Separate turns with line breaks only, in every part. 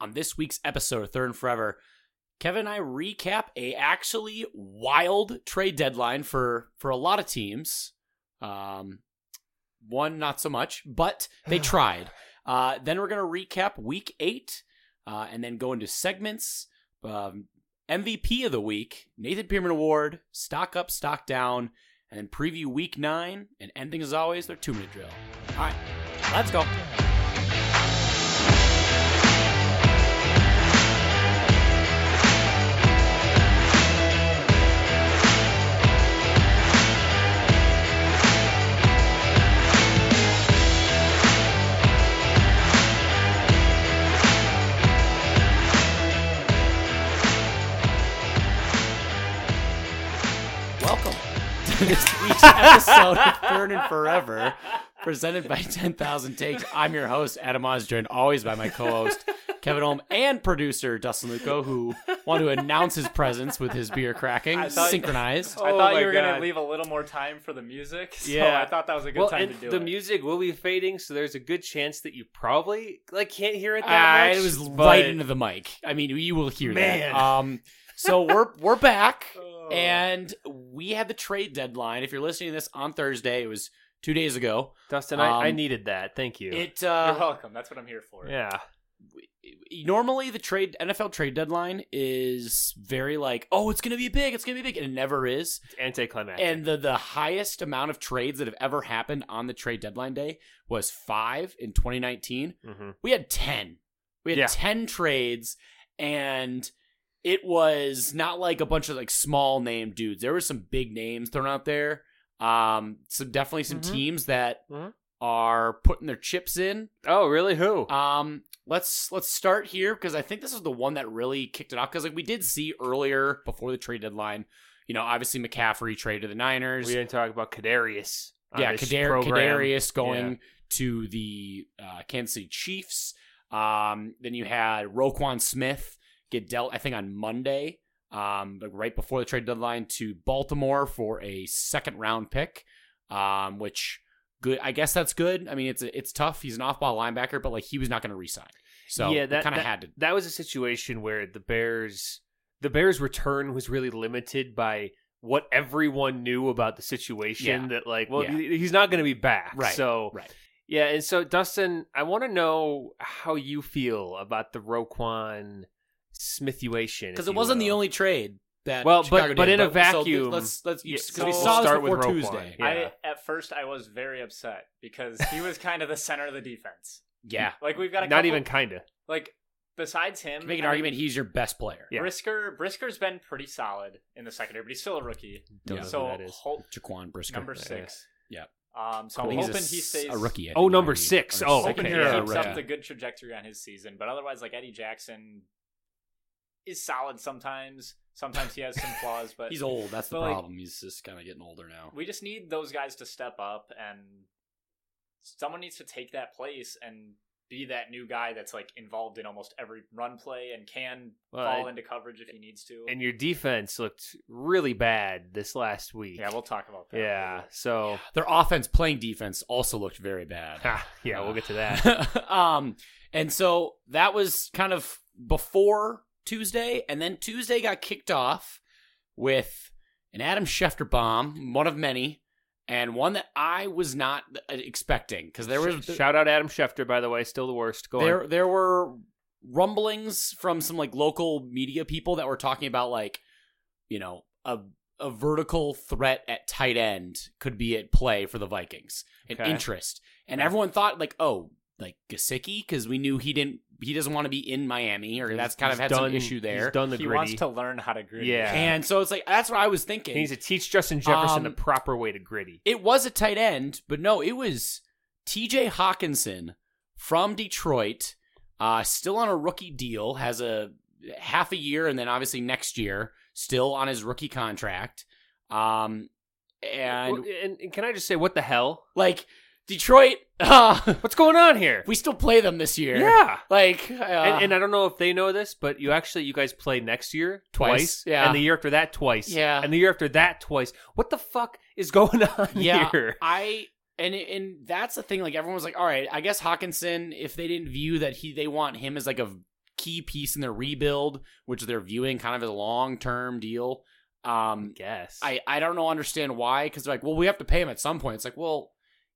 On this week's episode of Third and Forever, Kevin and I recap a actually wild trade deadline for for a lot of teams. Um, one not so much, but they tried. Uh, then we're gonna recap Week Eight, uh, and then go into segments. Um, MVP of the week, Nathan Pearman Award, stock up, stock down, and then preview Week Nine, and ending as always their two minute drill. All right, let's go. Welcome to this week's episode of Third and Forever, presented by 10,000 Takes. I'm your host, Adam Osger, and always by my co host, Kevin Holm, and producer, Dustin Luco, who wanted to announce his presence with his beer cracking,
I thought-
synchronized.
I
Oh
thought
my
you were
God.
gonna leave a little more time for the music. So
Yeah.
I thought that was a good
well,
time
and
to do
the
it.
music will be fading, so there's a good chance that you probably like can't hear it that
Uh,
much.
it was
but-
right into the mic. I mean, you will hear
Man.
that. Um, so we're we're back,
Oh.
and we had the trade deadline. If you're listening to this on Thursday, it was two days ago.
Dustin. I, I
um,
needed that. Thank you.
It
You're
uh,
welcome. That's what I'm here for.
yeah,
normally the trade NFL trade deadline is very like, oh, it's gonna be big, it's gonna be big, and it never is.
it's anticlimactic.
And the the highest amount of trades that have ever happened on the trade deadline day was five in 2019.
Mhm.
We had ten. We had
Yeah.
ten trades, and it was not like a bunch of like small name dudes. There were some big names thrown out there. Um, some definitely some
Mhm.
teams that
Mhm.
are putting their chips in.
Oh, really? Who?
Um, let's let's start here because I think this is the one that really kicked it off because like we did see earlier before the trade deadline, you know, obviously McCaffrey traded to the Niners.
we didn't talk about Kadarius. on
yeah,
uh, this
Kadar-
program.
Kadarius going to the uh, Kansas City Chiefs. Um, then you had Roquan Smith get dealt, I think, on Monday, um, like right before the trade deadline to Baltimore for a second round pick, um, which good. I guess that's good. I mean, it's it's tough. He's an off ball linebacker, but like he was not going to resign, so
Yeah,
yeah,
that-
kind of had to.
That was a situation where the Bears, the Bears' return was really limited by what everyone knew about the situation.
Yeah.
That like, well,
Yeah.
he- he's not going to be back.
Right.
So
Right.
Yeah, and so Dustin, I want to know how you feel about the Roquan Smithuation
Because it wasn't the only trade that
Well, but-
Chicago
but
did,
in a
so
vacuum,
let's let's
yeah,
because
so
we
we'll
saw this
start with
before
Roquan.
Tuesday.
Yeah.
I at first I was very upset because he was kind of the center of the defense.
Yeah,
Like we've got a
Not
couple-
even kinda.
like besides him.
make an
I mean,
argument he's your best player.
Yeah.
Brisker Brisker's been pretty solid in the secondary, but he's still a rookie.
Don't
Yeah.
know who
so
that is.
ho-
Jaquan Brisker.
number
Yeah.
six.
Yeah.
Um. So
I
I'm
think he's
hoping
a,
he
s-
stays
a rookie. I
Oh,
think,
number
maybe.
six.
Or
Oh,
hoping
okay,
he
yeah,
keeps
right.
up the good trajectory on his season. But otherwise, like Eddie Jackson is solid sometimes. Sometimes he has some flaws, but
He's old. That's the
But, like-
problem. He's just kind of getting older now.
we just need those guys to step up and someone needs to take that place and be that new guy that's like involved in almost every run play and can
Well,
fall
I-
into coverage if he needs to.
And your defense looked really bad this last week.
yeah, we'll talk about that.
Yeah,
later.
So
Their offense playing defense also looked very bad.
Ha, yeah, we'll get to that.
that. um, and so that was kind of before Tuesday, and then Tuesday got kicked off with an Adam Schefter bomb, one of many, and one that I was not uh, expecting because there was
Shout out Adam Schefter, by the way, still the worst. Go
there
on.
there were rumblings from some like local media people that were talking about like you know a a vertical threat at tight end could be at play for the Vikings an
Okay.
interest and
Okay.
everyone thought like oh like Gasicki because we knew he didn't he doesn't want to be in Miami or that's kind of
He's
had
done-
some issue there
He's done the
he
gritty.
wants to learn how to grit.
Yeah.
and so it's like that's what I was thinking
He needs to teach Justin Jefferson
Um,
the proper way to gritty.
it was a tight end, but no, it was T.J. Hawkinson from Detroit, uh, still on a rookie deal, has a half a year, and then obviously next year still on his rookie contract. Um, and
Well, and, and can I just say, what the hell?
like Detroit, uh,
What's going on here?
we still play them this year.
Yeah.
like uh,
and, and I don't know if they know this, but you actually you guys play next year
Twice,
twice,
yeah.
and the year after that twice,
Yeah.
and the year after that twice. What the fuck is going on
Yeah.
here?
I and and that's the thing. Like everyone was like, all right, I guess Hawkinson. If they didn't view that he they want him as like a key piece in their rebuild, which they're viewing kind of as a long term deal. Um,
Guess
I I don't know understand why because like well we have to pay him at some point. It's like well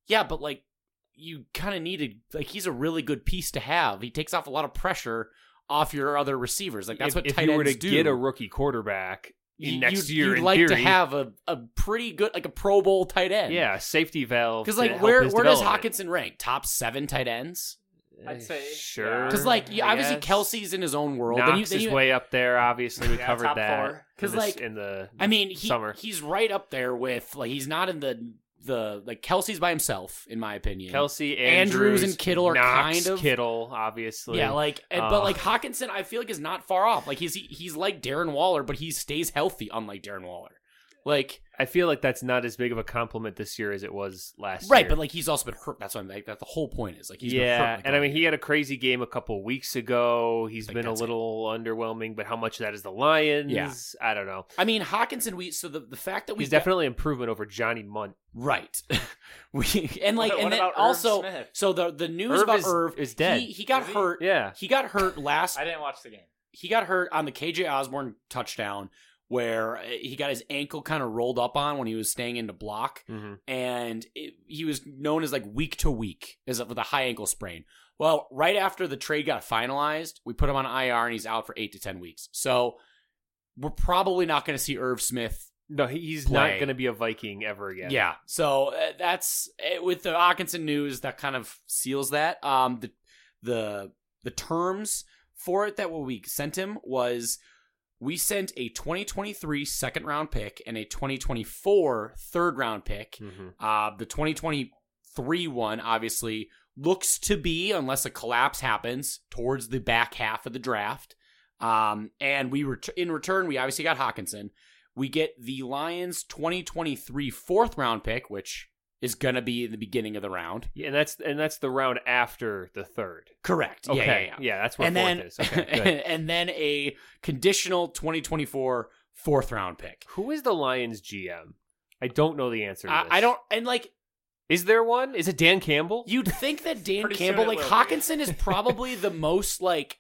yeah, but like you kind of needed like he's a really good piece to have. He takes off a lot of pressure off your other receivers. Like that's
if,
what
if
tight
you were
ends
to
do.
get a rookie quarterback in
You-
next
you'd-
year,
you'd
in
like to
theory,
have a, a pretty good like a Pro Bowl tight end.
yeah, a safety valve.
Because
to
like
help
where
his
where does
development.
Hockinson rank? Top seven tight ends?
I'd
Eh,
say, yeah.
sure.
Because like you-
Mm, I
obviously
guess.
Kelsey's in his own world.
Knox
Then you- then
is
you-
way up there. Obviously, we
Yeah,
covered
top four.
that.
'Cause,
in the s-
like,
in the
I mean he
summer.
he's right up there with like he's not in the the like Kelsey's by himself in my opinion.
Kelsey,
Andrews and Kittle are
Knox,
kind of-
Kittle, obviously.
Yeah, like and, but
Uh.
like Hawkinson, I feel like is not far off. Like he's he, he's like Darren Waller, but he stays healthy, unlike Darren Waller. Like
I feel like that's not as big of a compliment this year as it was last
right,
year.
but like he's also been hurt. That's what I'm like. That's the whole point is like he's been hurt,
yeah,
like,
and I
all-
mean he had a crazy game a couple weeks ago. He's
Like,
been a
that's it.
little underwhelming, but how much of that is the Lions?
Yeah.
I don't know.
I mean Hawkinson. We so the the fact that we
He's
got-
definitely improvement over Johnny Munt.
right. we and like
What-
and
what
then
about Irv
also
Smith?
so the the news
Irv
about
is-
Irv
is dead.
He, he got
Is he?
hurt.
Yeah,
He got hurt last
I didn't watch the game.
he got hurt on the KJ Osborne touchdown where uh, he got his ankle kind of rolled up on when he was staying in to block
Mhm.
and it, he was known as like week to week as with a high ankle sprain. Well, right after the trade got finalized, we put him on IR and he's out for 8 to 10 weeks. So we're probably not going to see Irv Smith.
no, he- he's
Play.
not going to be a Viking ever again.
So uh, that's uh, with the Hawkinson news that kind of seals that. Um the the the terms for it that what we sent him was we sent a 2023 second round pick and a 2024 third round pick.
Mhm.
Uh, the 2023 one obviously looks to be, unless a collapse happens, towards the back half of the draft. Um, and we ret- in return, we obviously got Hawkinson. We get the Lions 2023 fourth round pick, which is going to be in the beginning of the round.
Yeah, and that's and that's the round after the third.
Correct.
Okay,
Yeah, yeah, yeah.
that's where
and
fourth
then,
is. Okay, good.
and then a conditional 2024 fourth round pick.
Who is the Lions GM? I don't know the answer. To
I,
this.
I don't, and like
Is there one? Is it Dan Campbell?
You'd think that Dan
Pretty soon
Campbell,
it
like
will be.
Hawkinson, is probably the most like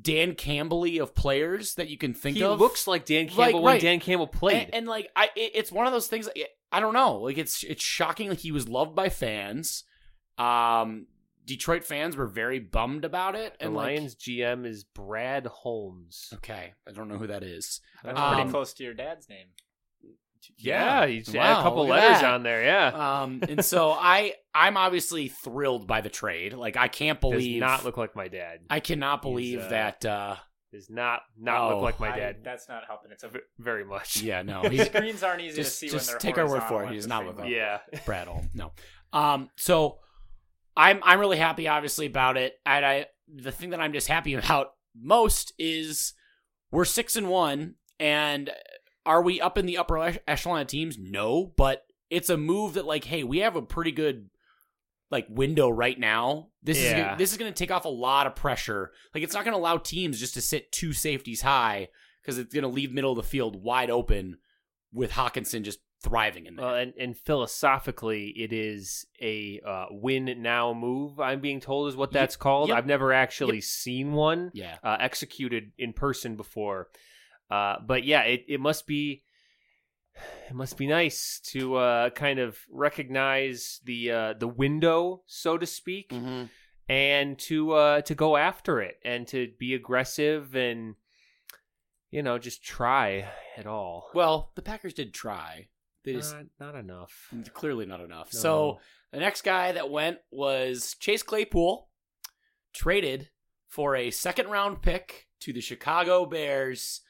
Dan Campbell-y of players that you can think
he
of.
looks like Dan
Like,
Campbell when
right.
Dan Campbell played.
and, and like I, it, it's one of those things. I- I don't know. Like it's it's shocking. Like he was loved by fans. Um, Detroit fans were very bummed about it.
the
And like,
Lions GM is Brad Holmes.
okay, I don't know who that is.
That's
Um,
pretty close to your dad's name.
Yeah, he's had
Wow,
a couple
look at
letters
that.
on there. Yeah,
Um, and so I I'm obviously thrilled by the trade. Like I can't believe
does not look like my dad.
I cannot
He's,
believe
uh,
that. uh
Does not not
Oh,
look like my
I-
dad
that's not helping. It's a
v- very much.
Yeah, no,
the
he's
screens aren't easy
just-
to see
just
when they're
take our word for it,
horizontal
he does
at the
not
same
look
level.
yeah.
Brad Holm. No. Um, so I'm I'm really happy obviously about it. And I the thing that I'm just happy about most is we're six and one and are we up in the upper ech- echelon of teams? No, but it's a move that like, hey, we have a pretty good like window right now. This is
Yeah.
gonna, this is going to take off a lot of pressure. Like it's not going to allow teams just to sit two safeties high because it's going to leave middle of the field wide open with Hawkinson just thriving in there.
Well, and, and philosophically, it is a uh, win now move. I'm being told is what
Ye-
that's called.
yep.
I've never actually seen one.
yeah.
uh, executed in person before. Uh, but yeah, it, it must be it must be nice to uh, kind of recognize the uh, the window, so to speak, and to uh, to go after it and to be aggressive and you know just try at all.
Well, the Packers did try. They just
not, not enough.
clearly not enough.
Mm. No.
So the next guy that went was Chase Claypool, traded for a second round pick to the Chicago Bears.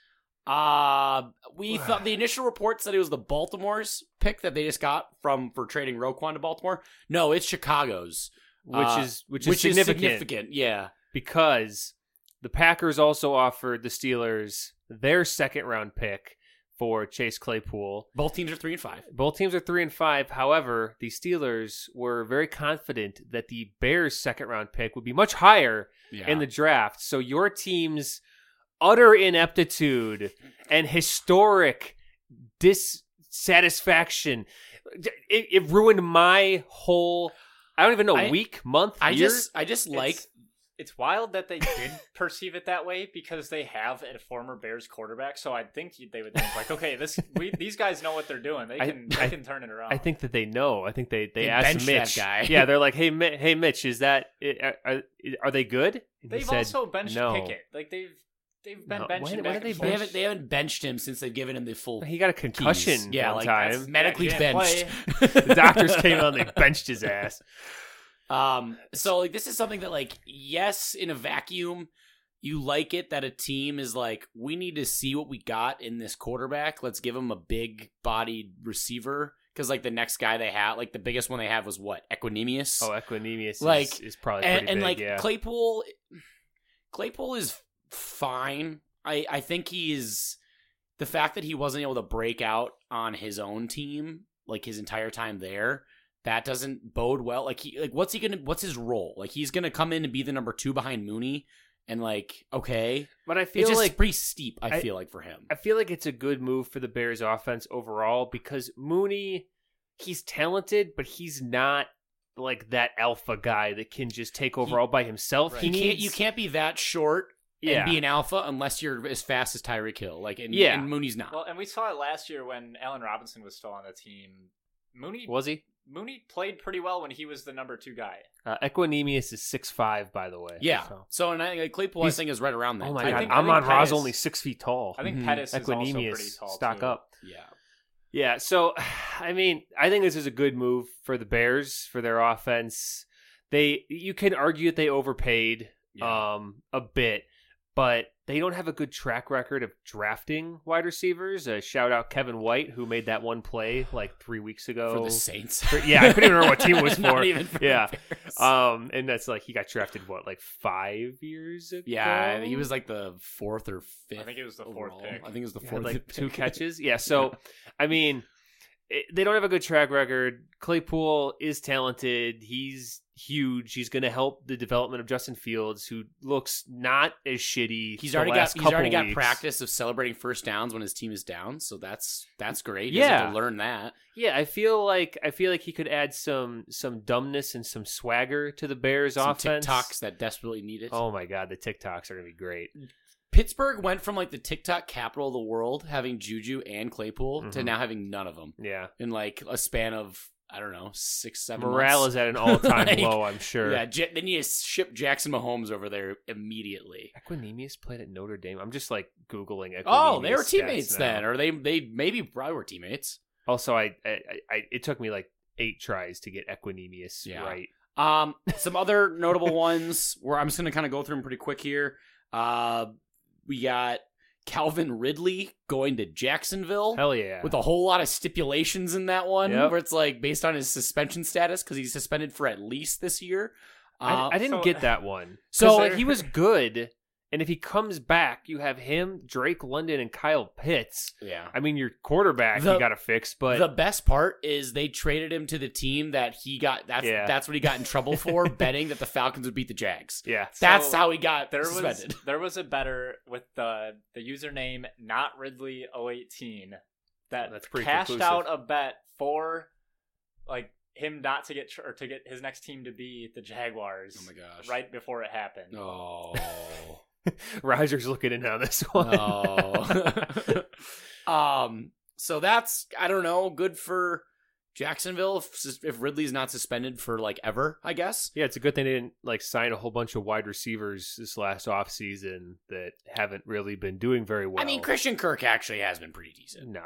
Uh we thought the initial report said it was the Baltimore's pick that they just got from for trading Roquan to Baltimore. No, it's Chicago's,
which
uh,
is which is significant,
Yeah,
because the Packers also offered the Steelers their second round pick for Chase Claypool.
both teams are three and five.
Both teams are three and five. However, the Steelers were very confident that the Bears' second round pick would be much higher
Yeah,
in the draft. So your team's utter ineptitude and historic dissatisfaction it, it ruined my whole. I don't even know
I-
week, month,
I
year.
just I just like
It's- it's wild that they did perceive it that way because they have a former Bears quarterback. So I think you- they would think like, okay, this we these guys know what they're doing. They
I-
can they
I-
can turn it around.
I think that they know. I think they they,
They benched
asked
that
Mitch.
guy.
Yeah, they're like, hey, Mi- hey, Mitch, is that are, are- are they good? And he
they've
said,
also benched
no.
Pickett. Like they've they've been
No,
benching
why- why
back
do
and
they
forth.
They haven't they haven't benched him since they've given him the full
he got a concussion
keys. Yeah,
one
like,
that's-
time.
medically
Yeah, he can't
benched.
The doctors came out and they benched his ass.
Um, so like this is something that like yes, in a vacuum, you like it that a team is like we need to see what we got in this quarterback. Let's give him a big bodied receiver because like the next guy they had, like the biggest one they have was what Equinemius.
Oh, Equinemius
Like,
is, is probably
and,
pretty
and,
big,
like
yeah.
Claypool, Claypool is fine. I I think he is the fact that he wasn't able to break out on his own team like his entire time there. That doesn't bode well. Like he like what's he gonna what's his role? Like he's gonna come in and be the number two behind Mooney, and like okay,
but I
it's
feel
just
like
pretty steep. I,
I-
feel like for him,
I feel like it's a good move for the Bears offense overall because Mooney, he's talented, but he's not like that alpha guy that can just take
He-
over all by himself.
Right.
He
you can't
needs
you can't be that short
yeah.
and be an alpha unless you're as fast as Tyreek Hill. Like and,
Yeah.
and Mooney's not.
Well, and we saw it last year when Allen Robinson was still on the team. Mooney
was he?
Mooney played pretty well when he was the number two guy.
Uh, Equinemius is six five, by the way.
yeah.
So-
So and I, like, Claypool, I
He's-
think, is right around that.
Oh my
I
god,
think- I
Amon
think
Ra's
Pettis-
only six feet tall.
I think
Mhm.
Pettis is also pretty
Equinemius,
tall.
stock
too.
up.
Yeah.
Yeah, so I mean, I think this is a good move for the Bears for their offense. They you can argue that they overpaid
Yeah.
um a bit, but they don't have a good track record of drafting wide receivers. Uh, shout out Kevin White who made that one play like 3 weeks ago.
for the Saints.
yeah, I couldn't remember what team it was
Not
for.
even for
Yeah.
the Bears.
um and that's like he got drafted what like 5 years ago.
yeah, he was like the fourth or fifth.
I think it was the fourth
overall.
pick.
I think it was the
He
fourth.
had like
pick.
two catches. Yeah, so I mean, it, they don't have a good track record. Claypool is talented. He's huge. He's going to help the development of Justin Fields, who looks not as shitty.
He's
the
already got
last
he's
couple
already got
weeks.
practice of celebrating first downs when his team is down, so that's that's great. He
Yeah.
doesn't have to learn that.
Yeah, I feel like I feel like he could add some some dumbness and some swagger to the Bears
Some
offense.
TikToks that desperately need it.
Oh my god, the TikToks are going to be great.
Pittsburgh went from like the TikTok capital of the world, having Juju and Claypool, to
Mhm.
now having none of them
Yeah,
in like a span of I don't know six seven.
morale
months.
is at an all time
Like,
low. I'm sure.
Yeah, J- they need to ship Jackson Mahomes over there immediately.
Equinemius played at Notre Dame. I'm just like googling.
Oh, they
Equinemius
were
stats
teammates
now.
then, or they they maybe probably were teammates.
Also, I, I, I it took me like eight tries to get Equinemius
Yeah.
right.
Um, some other notable ones where I'm just gonna kind of go through them pretty quick here. Uh, we got Calvin Ridley going to Jacksonville
Hell yeah!
with a whole lot of stipulations in that one,
Yep.
where it's like based on his suspension status because he's suspended for at least this year.
I,
Uh,
I didn't
so-
get that one.
So-
So like, he was good, and if he comes back, you have him, Drake London, and Kyle Pitts.
yeah.
I mean, your quarterback
The-
you got to fix, but
the best part is they traded him to the team that he got. That's
Yeah.
that's what he got in trouble for, betting that the Falcons would beat the Jags.
yeah,
That's
So,
how he got
There was
suspended.
there was a better with the the username not Ridley 018 that
That's pretty
cashed
conclusive.
out a bet for like him not to get tr- or to get his next team to be the Jaguars
Oh my gosh.
right before it happened.
Oh.
Rogers looking in on this one.
No. um so that's I don't know, good for Jacksonville if, sus- if Ridley's not suspended for like ever, I guess.
yeah, it's a good thing they didn't like sign a whole bunch of wide receivers this last offseason that haven't really been doing very well.
I mean Christian Kirk actually has been pretty decent.
no,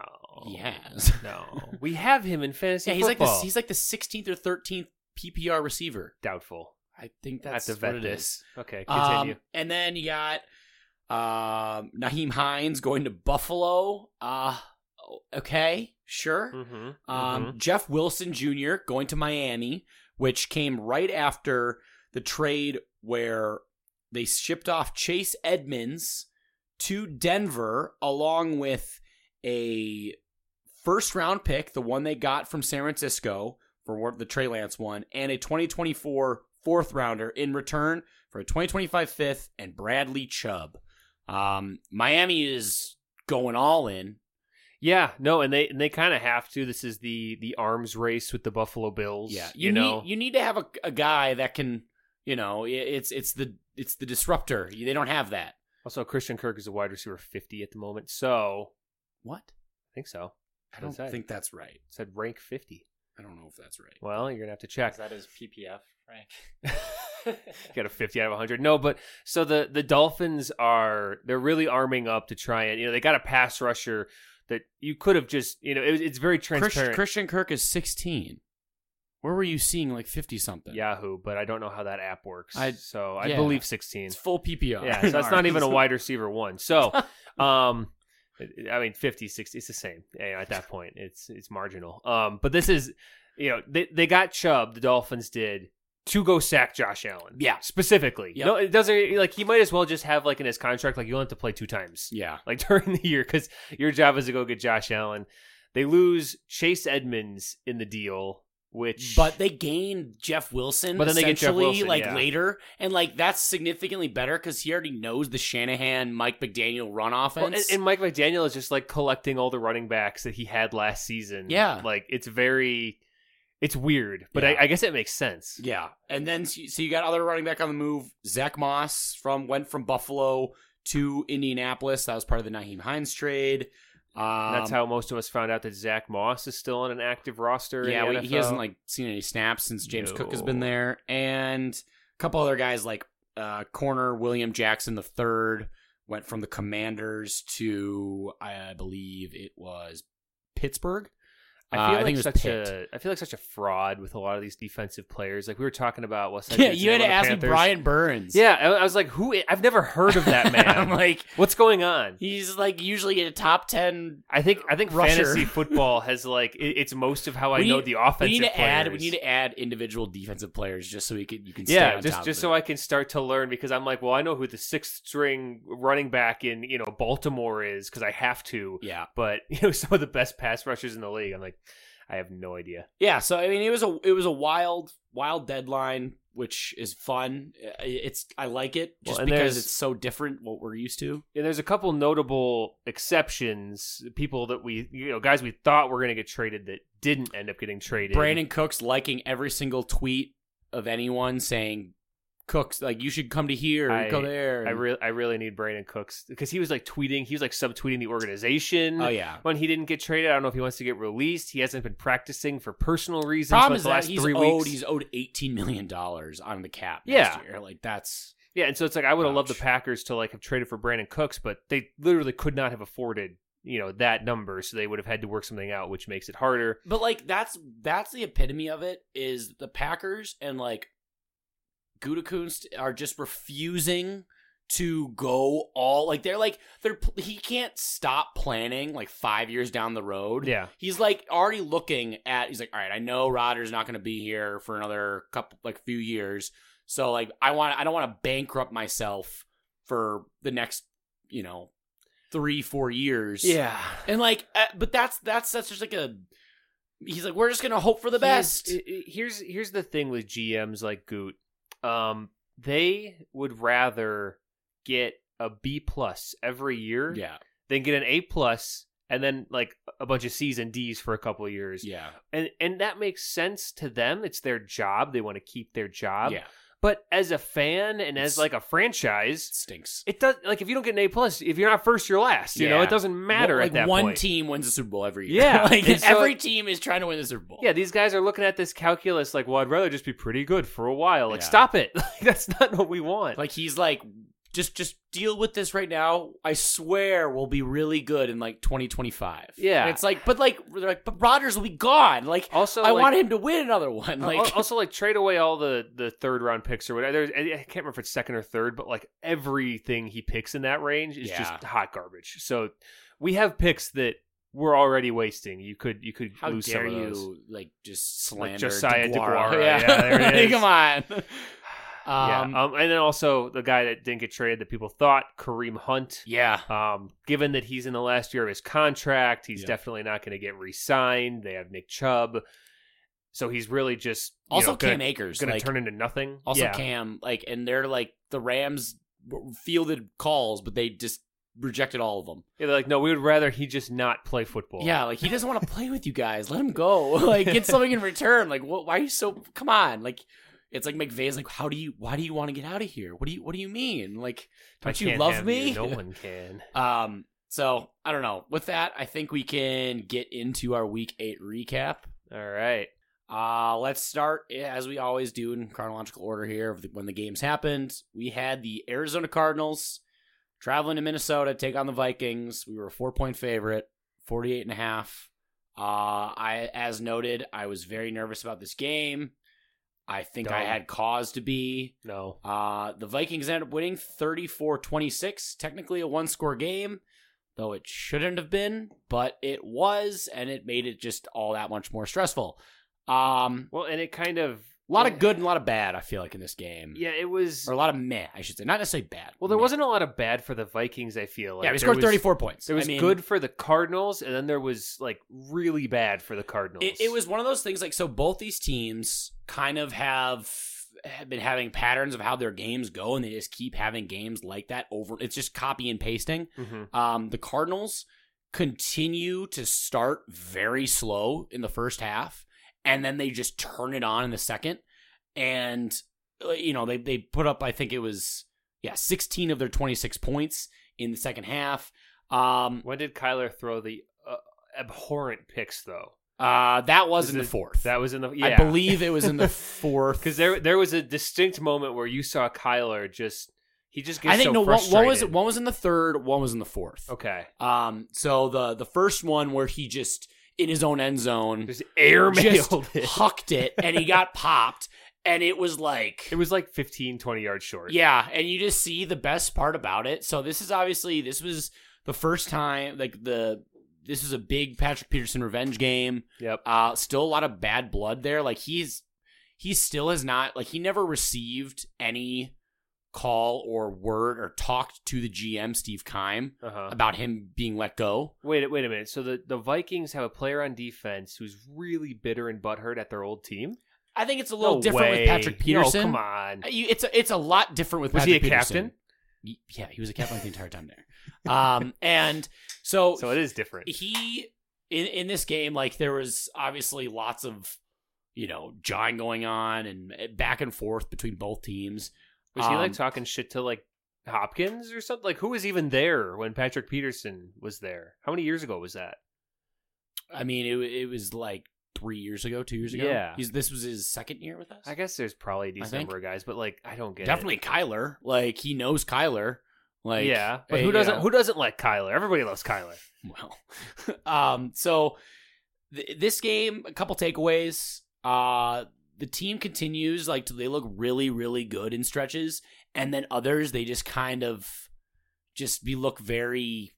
He has.
no, we have him in fantasy
Yeah, he's like
football.
the, he's like the 16th or 13th PPR receiver.
doubtful.
I think
I have
that's
to vet
what it
this.
is.
Okay, continue.
Um, and then you got um Naheem Hines going to Buffalo. Uh okay, sure.
mm-hmm.
Um, Jeff Wilson Jr. going to Miami, which came right after the trade where they shipped off Chase Edmonds to Denver along with a first round pick, the one they got from San Francisco for what- the Trey Lance one, and a 2024 fourth rounder in return for a 2025 fifth and Bradley Chubb. Um, Miami is going all in.
yeah, no, and they and they kind of have to. This is the the arms race with the Buffalo Bills.
Yeah,
you,
you, need
know.
you need to have a, a guy that can, you know, i- it's it's the it's the disruptor. They don't have that.
Also, Christian Kirk is a wide receiver 50 at the moment. So
What?
I think so.
I don't
That's right.
think that's right.
It said rank 50.
I don't know if that's right.
Well, you're going to have to check.
That is PPF rank.
Got a 50 out of 100. No, but so the, the Dolphins are, they're really arming up to try and, you know, they got a pass rusher that you could have just, you know, it, it's very
Chris-
transparent.
Christian Kirk is 16. Where were you seeing like 50 something?
Yahoo, but I don't know how that app works.
I-
so I
yeah.
believe 16.
It's full PPR.
Yeah, so that's
Sorry.
not even a wide receiver one. So, um, I mean, 50, 60, it's the same. You know, at that point, it's it's marginal. Um, but this is, you know, they they got Chubb, the Dolphins did to go sack Josh Allen.
Yeah.
specifically.
Yep.
No, it doesn't. Like he might as well just have like in his contract, like you only have to play two times,
Yeah.
like during the year, because your job is to go get Josh Allen. They lose Chase Edmonds in the deal, which
But they gain Jeff Wilson.
But then they get Jeff
essentially,
Wilson,
like
yeah.
later, and like that's significantly better because he already knows the Shanahan Mike McDaniel run
Well, and,
offense.
and Mike McDaniel is just like collecting all the running backs that he had last season.
Yeah.
like it's very, it's weird, but
Yeah.
I, I guess it makes sense.
yeah, and then so you- so you got other running back on the move. Zach Moss from went from Buffalo to Indianapolis. That was part of the Naheem Hines trade. Um,
And that's how most of us found out that Zach Moss is still on an active roster.
Yeah,
in the
we, he
NFL.
hasn't like seen any snaps since James Cook has been
No.
there, and a couple other guys like uh, corner William Jackson the third went from the Commanders to I believe it was Pittsburgh.
I
uh,
feel
I
like
think it was
such
Pitt.
a, I feel like such a fraud with a lot of these defensive players. Like we were talking about what's that
yeah,
dude's
you had
name
to
on
ask
the
me
Panthers?
Brian Burns.
Yeah, I, I was like, who? i- I've never heard of that
I'm
man.
like
what's going on?
he's like usually in a top ten.
I think I think
Rusher.
fantasy football has like it, it's most of how I
We
know
need-
the offensive.
We need to
players.
add. We need to add individual defensive players just so we could you can stay
yeah
on
just
top
just
of
so
it.
i can start to learn because i'm like well i know who the sixth string running back in you know baltimore is because i have to
yeah
but you know some of the best pass rushers in the league i'm like i have no idea
yeah so i mean it was a it was a wild wild deadline which is fun I- it's i like it just
Well, and
because
there's-
it's so different what we're used to
and there's a couple notable exceptions people that we you know guys we thought were going to get traded that didn't end up getting traded
brandon cooks liking every single tweet of anyone saying cooks like you should come to here
I-
go there
I
and-
really, I really need Brandon Cooks because he was like tweeting, he was like subtweeting the organization
oh yeah
when he didn't get traded. I don't know if he wants to get released. He hasn't been practicing for personal reasons.
problem
but
is
the
that
last
he's
three
owed
weeks.
he's owed 18 million dollars on the cap
Yeah.
next year like that's
Yeah, and so it's like I would have loved the
Ouch.
Packers to like have traded for Brandon Cooks, but they literally could not have afforded you know that number, so they would have had to work something out, which makes it harder.
But like that's that's the epitome of it is the Packers and like Gutekunst are just refusing to go all like they're like they're he can't stop planning like 5 years down the road.
Yeah,
He's like already looking at he's like all right, I know Rodgers not going to be here for another couple like few years. So like I want I don't want to bankrupt myself for the next, you know, 3 4 years.
yeah.
And like, uh, but that's that's that's just like a. He's like, we're just gonna hope for the best.
Here's here's the thing with GMs like Goot, um, they would rather get a B plus every year
yeah,
than get an A plus and then like a bunch of C's and D's for a couple of years,
yeah,
and and that makes sense to them. It's their job; they want to keep their job.
yeah.
But as a fan and
It's-
as like a
It
franchise,
stinks.
it does like if you don't get an A plus, if you're not first, you're last. You know,
Yeah.
it doesn't matter
like
at that
one
point.
team wins the Super Bowl every year.
Yeah,
like
and so-
every team is trying to win the Super Bowl.
Yeah, these guys are looking at this calculus like, well, I'd rather just be pretty good for a while. Like,
Yeah.
stop it. Like, that's not what we want.
like he's like, just just deal with this right now. I swear we'll be really good in like 2025.
Yeah.
And it's like, but like, they're like, but Rodgers will be gone. Like,
also,
I
like,
want him to win another one.
al-
Like,
also like trade away all the the third round picks or whatever. There's, I I can't remember if it's second or third, but like everything he picks in that range is
Yeah.
just hot garbage. So we have picks that we're already wasting. You could you could
how
lose
dare
some of
you
those.
like just slander
Josiah
DeGuara.
DeGuara. Yeah, there it is.
Come on. Um,
yeah. Um, and then also the guy that didn't get traded that people thought Kareem Hunt.
Yeah.
Um, given that he's in the last year of his contract, he's
Yeah.
definitely not going to get re-signed. They have Nick Chubb, so he's really just you
Also,
know,
Cam
gonna,
Akers.
gonna
like,
turn into nothing.
also
yeah.
Cam. Like, and they're like the Rams w- fielded calls, but they just rejected all of them.
Yeah, they're like, no, we would rather he just not play football.
Yeah, like he doesn't want to play with you guys. Let him go. Like, get something in return. Like, what? Why are you so? Come on. Like, It's like McVay's like, how do you? Why do you want to get out of here? What do you? What do you mean? Like,
I
don't you
can't
love
have
me?
No one can.
Um, so I don't know. With that, I think we can get into our week eight recap.
All right.
Uh, let's start as we always do in chronological order here of the, when the games happened. We had the Arizona Cardinals traveling to Minnesota to take on the Vikings. We were a four point favorite, 48 and a half. Uh, I, as noted, I was very nervous about this game. I think I
Dumb.
had cause to be.
No.
Uh, the Vikings ended up winning 34 26, technically a one score game, though it shouldn't have been, but it was, and it made it just all that much more stressful. Um,
Well, and it kind of
a lot of good and a lot of bad, I feel like, in this game.
Yeah, it was.
Or a lot of meh, I should say. Not necessarily bad.
Well, there
Meh.
wasn't a lot of bad for the Vikings. I feel like
yeah, we
There
scored
was-
34 points.
There was
I mean,
good for the Cardinals, and then there was like really bad for the Cardinals.
It, it was one of those things like so both these teams kind of have have been having patterns of how their games go and they just keep having games like that over it's just copy and pasting
Mhm.
Um, the Cardinals continue to start very slow in the first half, and then they just turn it on in the second. And uh, you know they they put up I think it was yeah 16 of their 26 points in the second half. Um,
When did Kyler throw the uh, abhorrent picks though?
uh, that was
Was
in the
it-
fourth.
That was in the
I
yeah.
believe it was in the fourth
because there there was a distinct moment where you saw Kyler just he just gets
I think
so
no one,
frustrated.
one was one was in the third, one was in the fourth.
okay
Um, so the the first one where he just in his own end zone
just air
just
mailed it.
hucked it and he got popped and it was like
It was like 15, 20 yards short.
yeah and you just see the best part about it so this is obviously this was the first time like the this is a big patrick peterson revenge game
Yep.
uh still a lot of bad blood there like he's he still has not like he never received any call or word or talked to the gm steve kime
Uh huh.
about him being let go
Wait, wait a minute. So the, the Vikings have a player on defense who's really bitter and butthurt at their old team.
i think it's a little
No
different
way.
with patrick
No,
peterson
come on.
Uh, you- It's a, it's a lot different with
Was he
Patrick
a
Peterson.
captain?
Y- Yeah, he was a captain the entire time there. Um, and so,
So it is different.
he in in this game, like there was obviously lots of you know jawing going on and uh, back and forth between both teams.
Was he like
um,
talking shit to like Hopkins or something? Like who was even there when Patrick Peterson was there? How many years ago was that?
I mean, it wa- it was like three years ago, two years ago.
Yeah.
He's, this was his second year with us.
I guess there's probably a
I
decent
think-
number of guys, but like I don't get it.
Definitely Kyler. Like he knows Kyler. Like
yeah, but
uh,
who
you
doesn't?
know.
Who doesn't like Kyler? Everybody loves Kyler.
well. um, so th- this game, a couple takeaways. Uh, the team continues like they look really, really good in stretches, and then others they just kind of just be look very,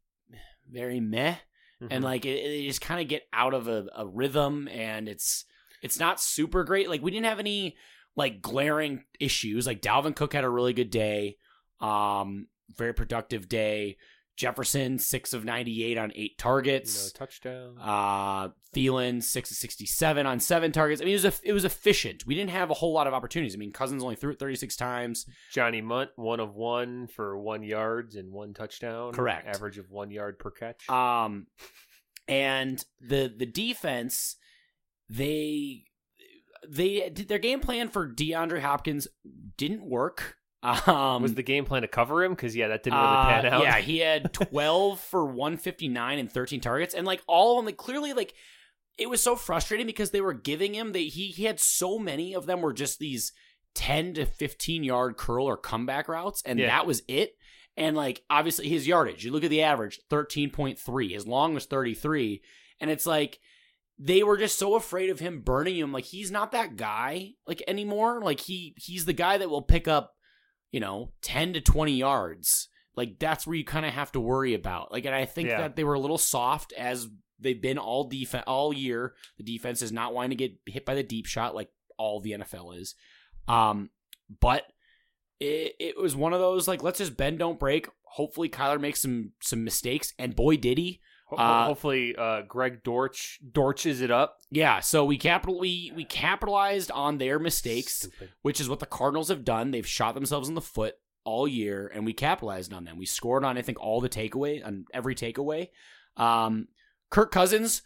very meh,
Mm-hmm.
and like it, it- they just kind of get out of a, a rhythm, and it's it's not super great. Like we didn't have any like glaring issues. Like Dalvin Cook had a really good day, um, very productive day. Jefferson six of ninety eight on eight targets.
touchdown.
Uh, Thielen six of sixty seven on seven targets. I mean, it was eff- it was efficient. We didn't have a whole lot of opportunities. I mean, Cousins only threw it thirty six times.
Johnny Munt, one of one for one yards and one touchdown.
Correct.
Average of one yard per catch.
Um, and the the defense, they they their game plan for DeAndre Hopkins didn't work. Um,
was the game plan to cover him? Because yeah, that didn't really
Uh,
pan out.
Yeah, he had 12 for 159 and 13 targets, and like all of them, like clearly, like it was so frustrating because they were giving him that he he had so many of them were just these 10 to 15 yard curl or comeback routes, and
Yeah.
that was it. And like obviously his yardage, you look at the average, 13.3. His long was 33, and it's like. They were just so afraid of him burning him. Like he's not that guy like anymore. Like he he's the guy that will pick up, you know, ten to twenty yards like that's where you kind of have to worry about. Like, and I think
Yeah.
that they were a little soft as they've been all defense all year. The defense is not wanting to get hit by the deep shot like all the NFL is. Um, but it it was one of those like let's just bend don't break. Hopefully Kyler makes some some mistakes, and boy did he.
Ho-
uh,
hopefully, uh, Greg Dortch dorches it up.
Yeah, so we capital we we capitalized on their mistakes.
Stupid.
which is what the Cardinals have done. They've shot themselves in the foot all year, and we capitalized on them. We scored on, I think, all the takeaway on every takeaway. Um, Kirk Cousins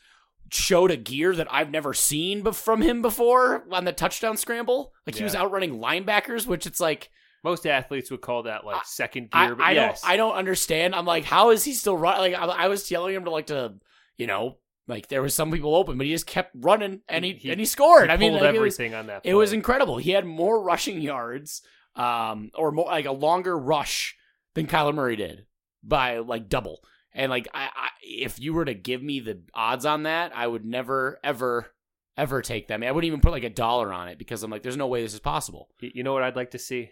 showed a gear that I've never seen bef- from him before on the touchdown scramble. Like he was
Yeah.
outrunning linebackers, which it's like
Most athletes would call that like second
I,
gear. but
I
yes.
don't I don't understand. I'm like, how is he still running? Like I, I was telling him to like to you know like there was some people open, but he just kept running and he,
He- he-
and he scored.
He
I mean,
pulled
like, it was
everything on that.
it was
play.
incredible. He had more rushing yards, um, or more like a longer rush than Kyler Murray did by like double. And like, I, I if you were to give me the odds on that, I would never, ever, ever take them. I wouldn't even put like a dollar on it because I'm like, there's no way this is possible.
Y- You know what I'd like to see?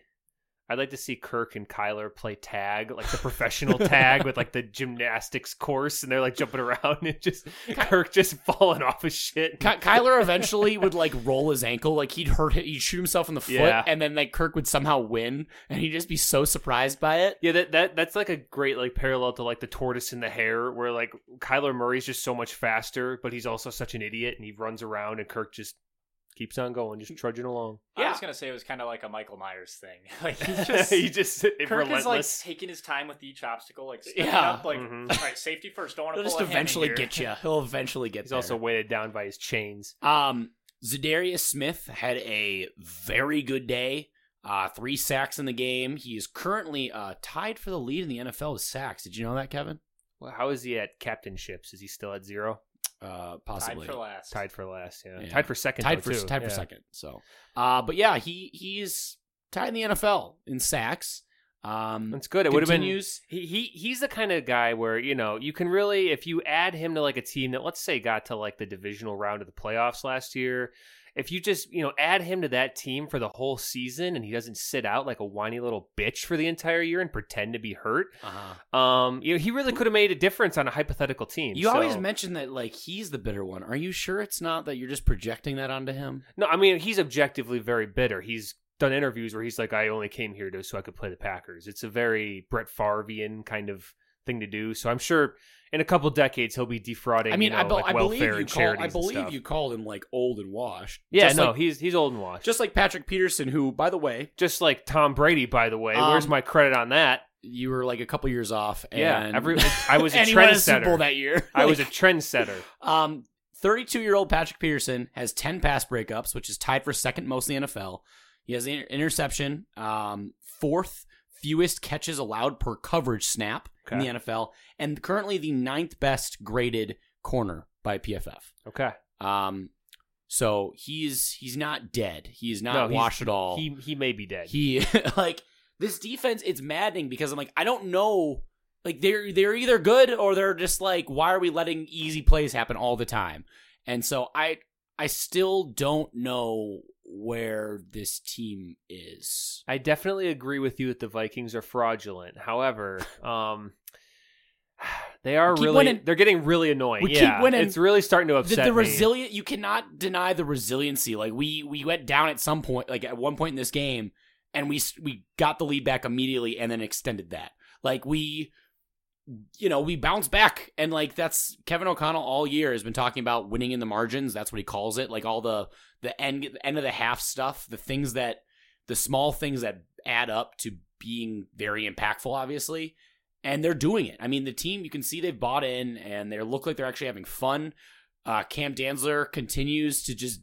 I'd like to see Kirk and Kyler play tag, like the professional tag with like the gymnastics course, and they're like jumping around and just Kirk just falling off his shit.
Ky- Kyler eventually would like roll his ankle, like he'd hurt, it- he'd shoot himself in the foot,
Yeah.
and then like Kirk would somehow win, and he'd just be so surprised by it.
Yeah, that, that that's like a great like parallel to like the tortoise and the hare, where like Kyler Murray's just so much faster, but he's also such an idiot, and he runs around, and Kirk just keeps on going, just trudging along.
I
Yeah.
was gonna say it was kind of like a Michael Myers thing. Like he's just
he just Kirk
Kirk is like
relentless.
taking his time with each obstacle, like stepping
Yeah.
up, like
Mhm.
all right, safety first. Don't want to
He'll just eventually get you. He'll eventually get.
he's
there.
also weighted down by his chains.
Um, Zadarius Smith had a very good day. Uh, three sacks in the game. He is currently uh, tied for the lead in the NFL with sacks. Did you know that, Kevin?
Well, how is he at captainships? Is he still at zero?
Uh,
tied
possibly
for last.
Tied for last, yeah.
Yeah.
Tied for second.
tied
though,
for
too.
tied for
Yeah.
second. So, uh, but yeah, he he's tied in the NFL in sacks. Um,
That's good. It would have been.
continues-
He, he he's the kind of guy where you know you can really if you add him to like a team that let's say got to like the divisional round of the playoffs last year, if you just you know add him to that team for the whole season and he doesn't sit out like a whiny little bitch for the entire year and pretend to be hurt,
uh-huh.
um, you know he really could have made a difference on a hypothetical team.
You always
so-
mention that like he's the bitter one. Are you sure it's not that you're just projecting that onto him?
No, I mean he's objectively very bitter. He's done interviews where he's like, "I only came here to so I could play the Packers." It's a very Brett Favrean kind of thing to do. So I'm sure in a couple decades he'll be defrauding.
I mean,
you know,
I, be-
like
I believe
welfare
you
and
call,
charities
I
and
believe
stuff.
you called him like old and washed.
Yeah,
Just
no,
like-
he's he's old and washed. Just,
just like Patrick Peterson, who, by the way,
like Tom Brady, by the way.
Um,
Where's my credit on that?
you were like a couple years off. And
yeah, every I was a
and he won a Super Bowl
trendsetter.
that year.
I was a trendsetter.
um, 32 year old Patrick Peterson has 10 pass breakups, which is tied for second most in the NFL. He has an inter- interception, um, fourth fewest catches allowed per coverage snap
Okay.
in the NFL, and currently the ninth best graded corner by PFF.
Okay,
Um, so he's he's not dead. He's
No,
not
he's-
washed at all.
he he may be dead.
He like this defense. It's maddening because I'm like I don't know. Like they're they're either good or they're just like why are we letting easy plays happen all the time? And so I I still don't know where this team is.
I definitely agree with you that the Vikings are fraudulent. However, um, they are
We keep
really
winning.
they're getting really annoying.
We keep
yeah,
winning.
It's really starting to
The,
upset
the
me.
resilient you cannot deny the resiliency. Like we we went down at some point, like at one point in this game, and we s- we got the lead back immediately and then extended that. Like we, you know, we bounced back and like that's Kevin O'Connell all year has been talking about winning in the margins. That's what he calls it. Like all the the end the end of the half stuff, the things that the small things that add up to being very impactful, obviously. And they're doing it. I mean, the team, you can see they've bought in and they look like they're actually having fun. Uh, Cam Danzler continues to just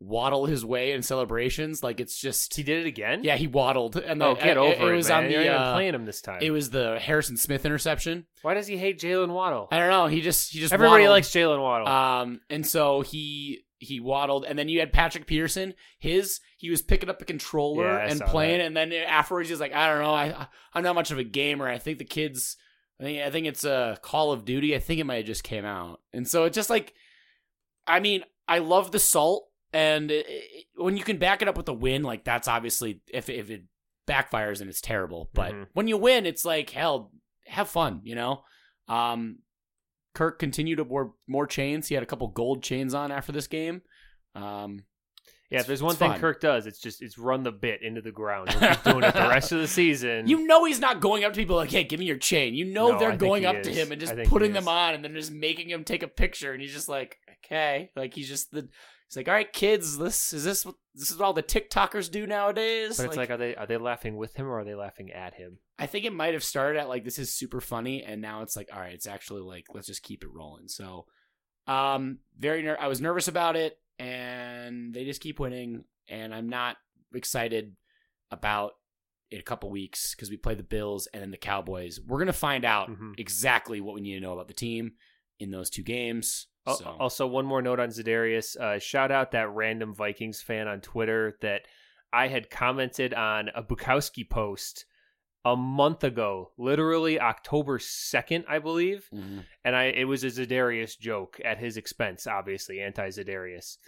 waddle his way in celebrations. Like, it's just.
he did it again.
Yeah, he waddled. And
Oh,
the-
get
it-
over
it.
it.
was
man.
on
You're
the.
not
uh,
playing him this time.
it was the Harrison Smith interception.
Why does he hate Jalen Waddle?
I don't know. He just he just
Everybody
waddled.
likes Jalen Waddle.
Um, and so he he waddled, and then you had Patrick Peterson. His he was picking up a controller
Yeah, I
and
saw
playing, and then afterwards he's like, I don't know, I I- I'm not much of a gamer. I think the kids, I think I think it's a Call of Duty. I think it might have just came out, and so it's just like, I mean, I love the salt, and it, it- when you can back it up with a win, like that's obviously if if it backfires and it's terrible, but
Mhm.
when you win, it's like hell, have fun, you know. Um, Kirk continued to wear more chains. He had a couple gold chains on after this game. Um, it's-
yeah, if there's one
it's
thing
fine.
Kirk does, it's just it's run the bit into the ground. He'll keep doing it the rest of the season.
you know he's not going up to people like, "Hey, give me your chain." You know
No, I
they're
think
going
he
up to
is.
him and
I
just
think he
putting
is.
them on, and then just making him take a picture, and he's just like, "Okay," like he's just the. He's like, "All right, kids, this is this what this is what all the TikTokers do nowadays."
but it's like, are they are they laughing with him or are they laughing at him?
I think it might have started at like this is super funny, and now it's like, all right, it's actually like let's just keep it rolling. So Um, very. Ner- I was nervous about it, and they just keep winning, and I'm not excited about it a couple weeks because we play the Bills and then the Cowboys. We're gonna find out
Mhm.
exactly what we need to know about the team in those two games.
Al-
So
Also, one more note on Zadarius. Uh, shout out that random Vikings fan on Twitter that I had commented on a Bukowski post a month ago, literally October 2nd, I believe.
mhm.
And I it was a Zadarius joke at his expense, obviously, anti Zadarius.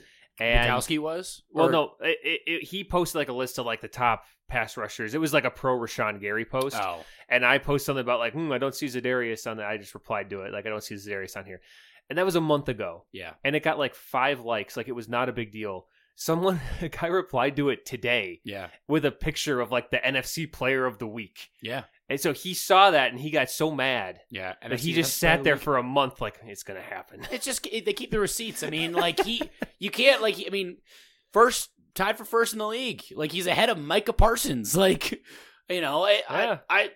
And
Bukowski was
well,
Or-
no, it, it, it, he posted like a list of like the top pass rushers. It was like a pro Rashawn Gary post
Oh,
and I post something about like, hmm, I don't see Zadarius on that. I just replied to it like, I don't see Zadarius on here, and that was a month ago,
yeah.
and it got like five likes. Like it was not a big deal. Someone, a guy replied to it today
Yeah.
with a picture of like the NFC Player of the Week,
Yeah.
and so he saw that and he got so mad
Yeah. And
that he just sat there for a month, like it's gonna happen.
It's just they keep the receipts. I mean, like he, you can't like. I mean, first tied for first in the league. Like he's ahead of Micah Parsons. Like, you know, I,
Yeah.
I, I,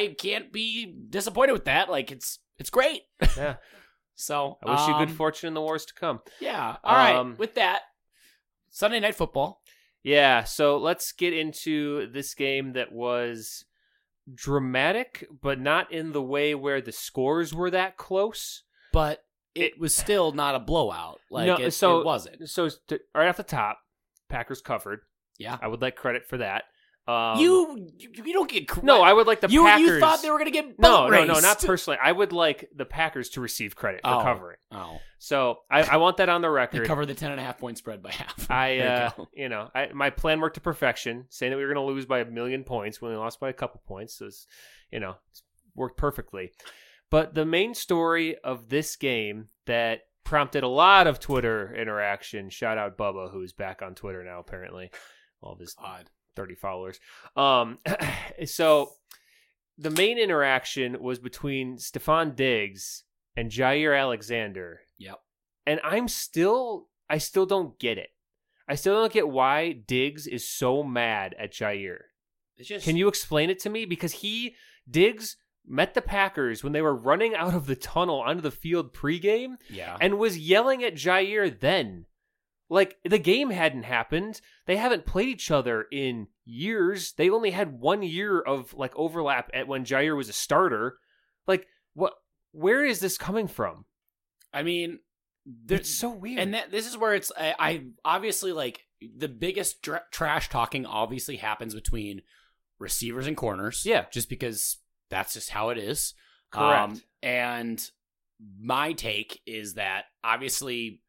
I can't be disappointed with that. Like it's it's great.
Yeah.
So
I wish you
um,
good fortune in the wars to come.
Yeah. All right.
Um,
With that, Sunday night football.
Yeah, so let's get into this game that was dramatic, but not in the way where the scores were that close.
but it was still not a blowout. Like
No,
it,
so-
it wasn't.
So to, right off the top, Packers covered.
Yeah.
I would like credit for that. Um,
you you don't get credit.
no, I would like the
you
Packers.
you thought they were gonna get
no,
boat
no, no,
raced.
not personally. I would like the Packers to receive credit for
Oh.
covering.
oh
So I, I want that on the
they
record.
covered the ten and a half point spread by half. There
I,
you
uh,
go.
you know, I, my plan worked to perfection, saying that we were going to lose by a million points. We only lost by a couple points. So, it's, you know, it's worked perfectly. But the main story of this game that prompted a lot of Twitter interaction, shout out Bubba, who's back on Twitter now, apparently, all of his
God.
30 followers. Um, so the main interaction was between Stefan Diggs and Jair Alexander.
Yep.
And I'm still, I still don't get it. I still don't get why Diggs is so mad at Jair.
It's just
Can you explain it to me? Because he, Diggs, met the Packers when they were running out of the tunnel onto the field pregame
yeah
and was yelling at Jair then. Like the game hadn't happened. They haven't played each other in years. They only had one year of like overlap at when Jair was a starter. Like what where is this coming from?
I mean there,
it's so weird.
and that this is where it's I, I obviously like the biggest dra- trash talking obviously happens between receivers and corners
Yeah.
just because that's just how it is
Correct.
um, and my take is that obviously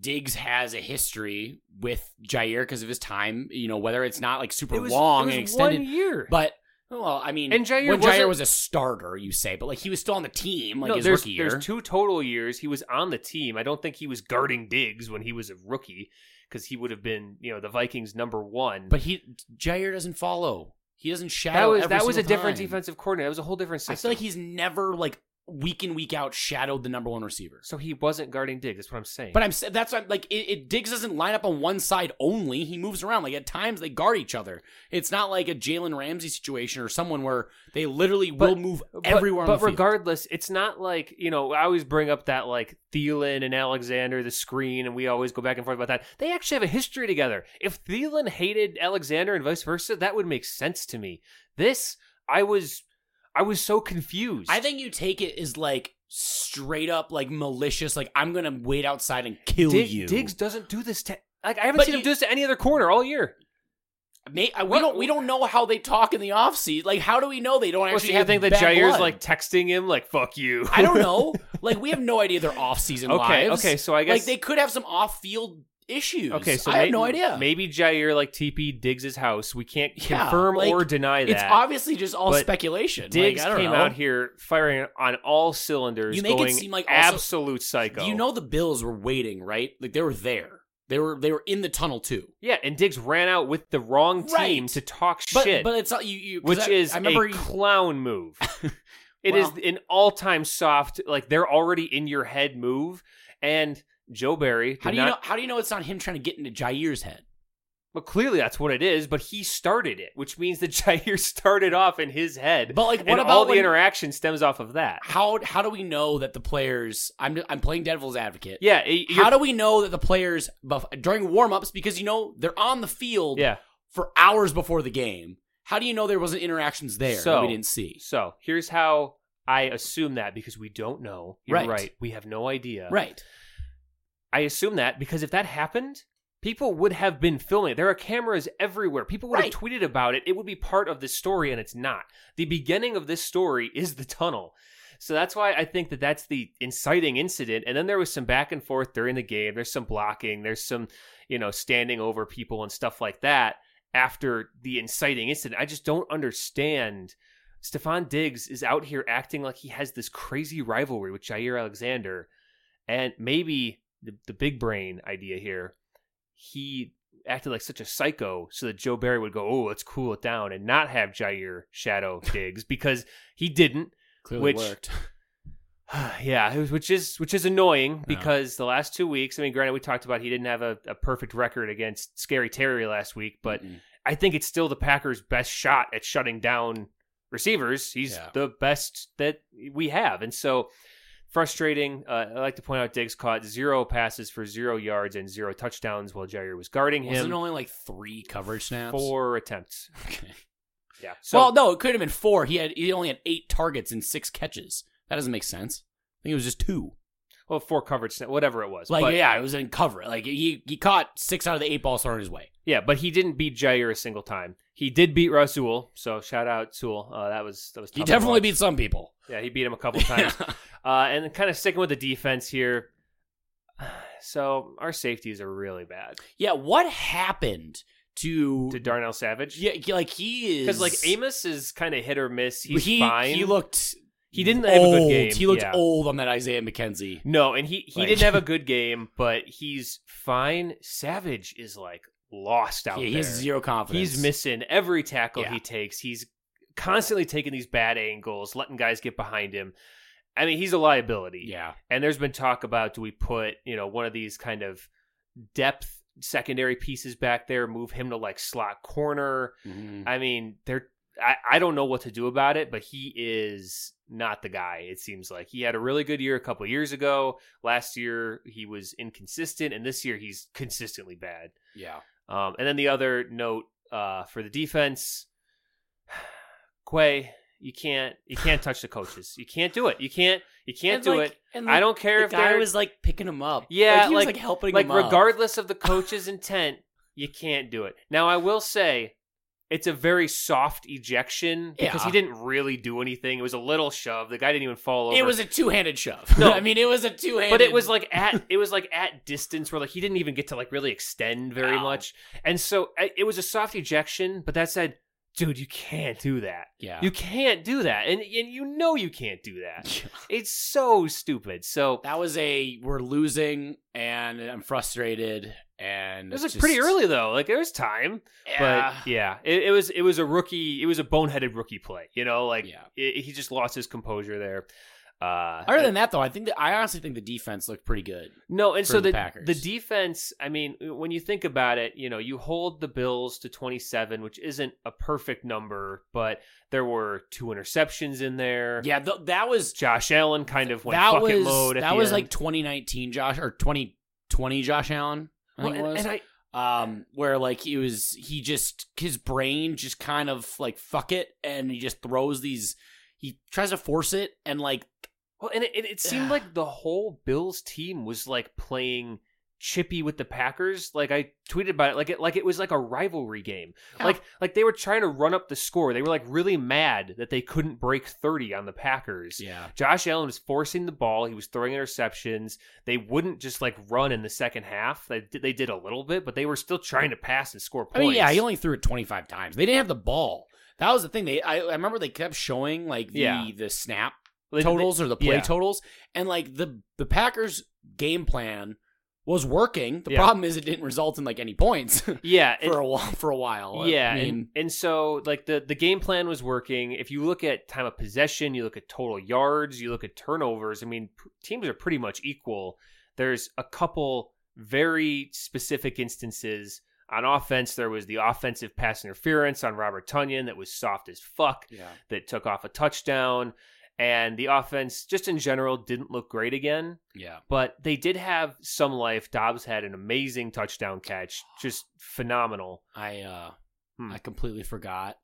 Diggs has a history with Jair because of his time, you know, whether it's not like super
it was,
long
it was
and extended,
one year.
but well, I mean,
And Jair
when Jair
wasn't-
was a starter, you say, but like he was still on the team, like
no,
his
there's,
rookie year.
there's two total years. He was on the team. I don't think he was guarding Diggs when he was a rookie because he would have been, you know, the Vikings number one.
but he Jair doesn't follow. He doesn't
that
shadow.
was
every
that was a
single
different
time.
defensive coordinator. That was a whole different
I
system.
feel like he's never like week in week out shadowed the number one receiver.
So he wasn't guarding Diggs. That's what I'm saying.
But I'm sa- that's what, like it, it. Diggs doesn't line up on one side only. He moves around. Like at times they guard each other. It's not like a Jalen Ramsey situation or someone where they literally will
But-
move
But-
everywhere.
But
on the field.
regardless, it's not like you know. I always bring up that like Thielen and Alexander, the screen, and we always go back and forth about that. They actually have a history together. If Thielen hated Alexander and vice versa, that would make sense to me. This, I was, I was so confused.
I think you take it as like straight up like malicious. Like I'm gonna wait outside and kill
Dig-
you.
Diggs doesn't do this to. Like I haven't
But
seen him
you-
do this to any other corner all year.
May, I, we don't we don't know how they talk in the off season. Like how do we know they don't
Well,
actually
so you
have
think that
bad
Jair's
blood?
like texting him like "fuck you"?
I don't know. like we have no idea their off season
okay,
lives.
okay. So I guess
like they could have some off field issues.
Okay, so
I have
may-
no idea.
Maybe Jair like TP Diggs' house. We can't
Yeah,
confirm
like,
or deny that.
it's obviously just all
But
speculation.
Diggs
like, I don't
came
know.
out here firing on all cylinders,
You make it
going
seem like also-
absolute psycho.
You know the Bills were waiting, right? Like they were there. They were they were in the tunnel too.
yeah, and Diggs ran out with the wrong team
Right.
to talk
But
shit,
but it's not you. you 'cause
which
I,
is
I remember
a
you-
clown move. It is
Well-
an all-time soft, like they're already in your head move, and Joe Barry did
How do you
not
know? How do you know it's not him trying to get into Jair's head?
Well, clearly that's what it is, but he started it, which means that Jair started off in his head.
But like, what
and
about
all the
when-
interaction stems off of that.
how how do we know that the players? I'm I'm playing devil's advocate.
Yeah. it-
How
you're-
do we know that the players bef- during warm-ups because you know they're on the field
yeah.
for hours before the game? How do you know there wasn't interactions there that
So-
we didn't see?
So here's how I assume that because we don't know. You're
Right.
right. We have no idea.
Right.
I assume that because if that happened, people would have been filming it. There are cameras everywhere. People would have tweeted about it. It would be part of this story, and it's not. The beginning of this story is the tunnel. So that's why I think that that's the inciting incident. And then there was some back and forth during the game. There's some blocking. There's some, you know, standing over people and stuff like that after the inciting incident. I just don't understand. Stefan Diggs is out here acting like he has this crazy rivalry with Jair Alexander. And maybe the, the big brain idea here, he acted like such a psycho so that Joe Barry would go, oh, let's cool it down and not have Jair shadow Diggs because he didn't.
Clearly
Which-
worked.
yeah, it was- which is which is annoying
Yeah.
because the last two weeks, I mean, granted, we talked about he didn't have a, a perfect record against Scary Terry last week, but
Mm-mm.
I think it's still the Packers' best shot at shutting down receivers. He's
Yeah.
the best that we have, and so frustrating. Uh, I like to point out Diggs caught zero passes for zero yards and zero touchdowns while Jair was guarding
wasn't
him.
it only like three coverage snaps.
Four attempts.
Okay.
Yeah. So
well, no, it could have been four. He had he only had eight targets and six catches. That doesn't make sense. I think it was just two.
well, oh, four coverage, sna- whatever it was.
Like
but,
yeah, it was in cover. Like he he caught six out of the eight balls thrown his way.
Yeah, but he didn't beat Jair a single time. He did beat Rasul, so shout out Sewell. Uh, that was that was.
He
tough to
definitely
watch.
beat some people.
Yeah, he beat him a couple times. uh, and kind of sticking with the defense here. So our safeties are really bad
Yeah, what happened to,
to Darnell Savage.
yeah, he- like he is
because like Amos is kind of hit or miss. He's
he
fine.
he looked
He didn't have a good
old.
game,
He looked
yeah.
old on that Isaiah McKenzie.
no, and he he
Like-
didn't have a good game, but he's fine. Savage is like lost out
Yeah, he
there.
has zero confidence.
He's missing every tackle
Yeah.
he takes. He's constantly taking these bad angles, letting guys get behind him. I mean, he's a liability.
Yeah,
And there's been talk about do we put, you know, one of these kind of depth secondary pieces back there, move him to like slot corner.
Mhm.
I mean, they're I, I don't know what to do about it, but he is not the guy, it seems like. He had a really good year a couple years ago. Last year he was inconsistent, and this year he's consistently bad.
yeah.
Um, and then the other note uh, for the defense, Quay, you can't you can't touch the coaches. You can't do it. You can't you can't do it.
Mm-hmm.
I don't care if they're
like picking him up.
Yeah,
he was
like-
like helping
like
him up.
regardless of the coach's intent, you can't do it. Now I will say it's a very soft ejection because
Yeah.
he didn't really do anything. It was a little shove. The guy didn't even fall over.
It was a two-handed shove.
No.
I mean it was a two-handed.
but it was like at it was like at distance where like he didn't even get to like really extend very
Ow.
much and so I- it was a soft ejection but that said dude you can't do that
yeah.
you can't do that and, and you know you can't do that it's so stupid so
that was a we're losing and I'm frustrated and
it was like
it's
pretty
just-
early though like there was time
Yeah.
but yeah it, it was it was a rookie it was a boneheaded rookie play you know like
yeah.
it, he just lost his composure there uh
Other than that, though, I think that, I honestly think the defense looked pretty good.
No, and
for
so
the
the
Packers.
the defense. I mean, when you think about it, you know, you hold the Bills to twenty seven, which isn't a perfect number, but there were two interceptions in there.
Yeah, th- that was
Josh Allen kind of went
that
bucket
was
mode. At
that
the
was
end.
like 2019 Josh or 2020 Josh Allen. I
Well,
think it
and,
was.
and I
um, where like he was, he just his brain just kind of like fuck it, and he just throws these. He tries to force it, and like
well, and it, it, it seemed like the whole Bills team was like playing chippy with the Packers. Like I tweeted about it, like it like it was like a rivalry game.
Yeah.
Like like they were trying to run up the score. They were like really mad that they couldn't break thirty on the Packers.
yeah,
Josh Allen was forcing the ball. He was throwing interceptions. They wouldn't just like run in the second half. They did, they did a little bit, but they were still trying to pass and score
I
points.
mean, yeah, he only threw it 25 times. They didn't have the ball. That was the thing. They I, I remember they kept showing like the
Yeah.
the snap
They- they-
totals or the play
yeah.
totals and like the the Packers game plan was working. The
Yeah.
problem is it didn't result in like any points for
yeah, and-
a while, for a while.
yeah,
I
and,
mean,
and so like the the game plan was working. If you look at time of possession, you look at total yards, you look at turnovers. I mean, p- teams are pretty much equal. There's a couple very specific instances on offense, there was the offensive pass interference on Robert Tunyon that was soft as fuck
Yeah.
that took off a touchdown. And the offense, just in general, didn't look great again,
Yeah.
but they did have some life. Dobbs had an amazing touchdown catch, just phenomenal.
I uh
Hmm.
I completely forgot.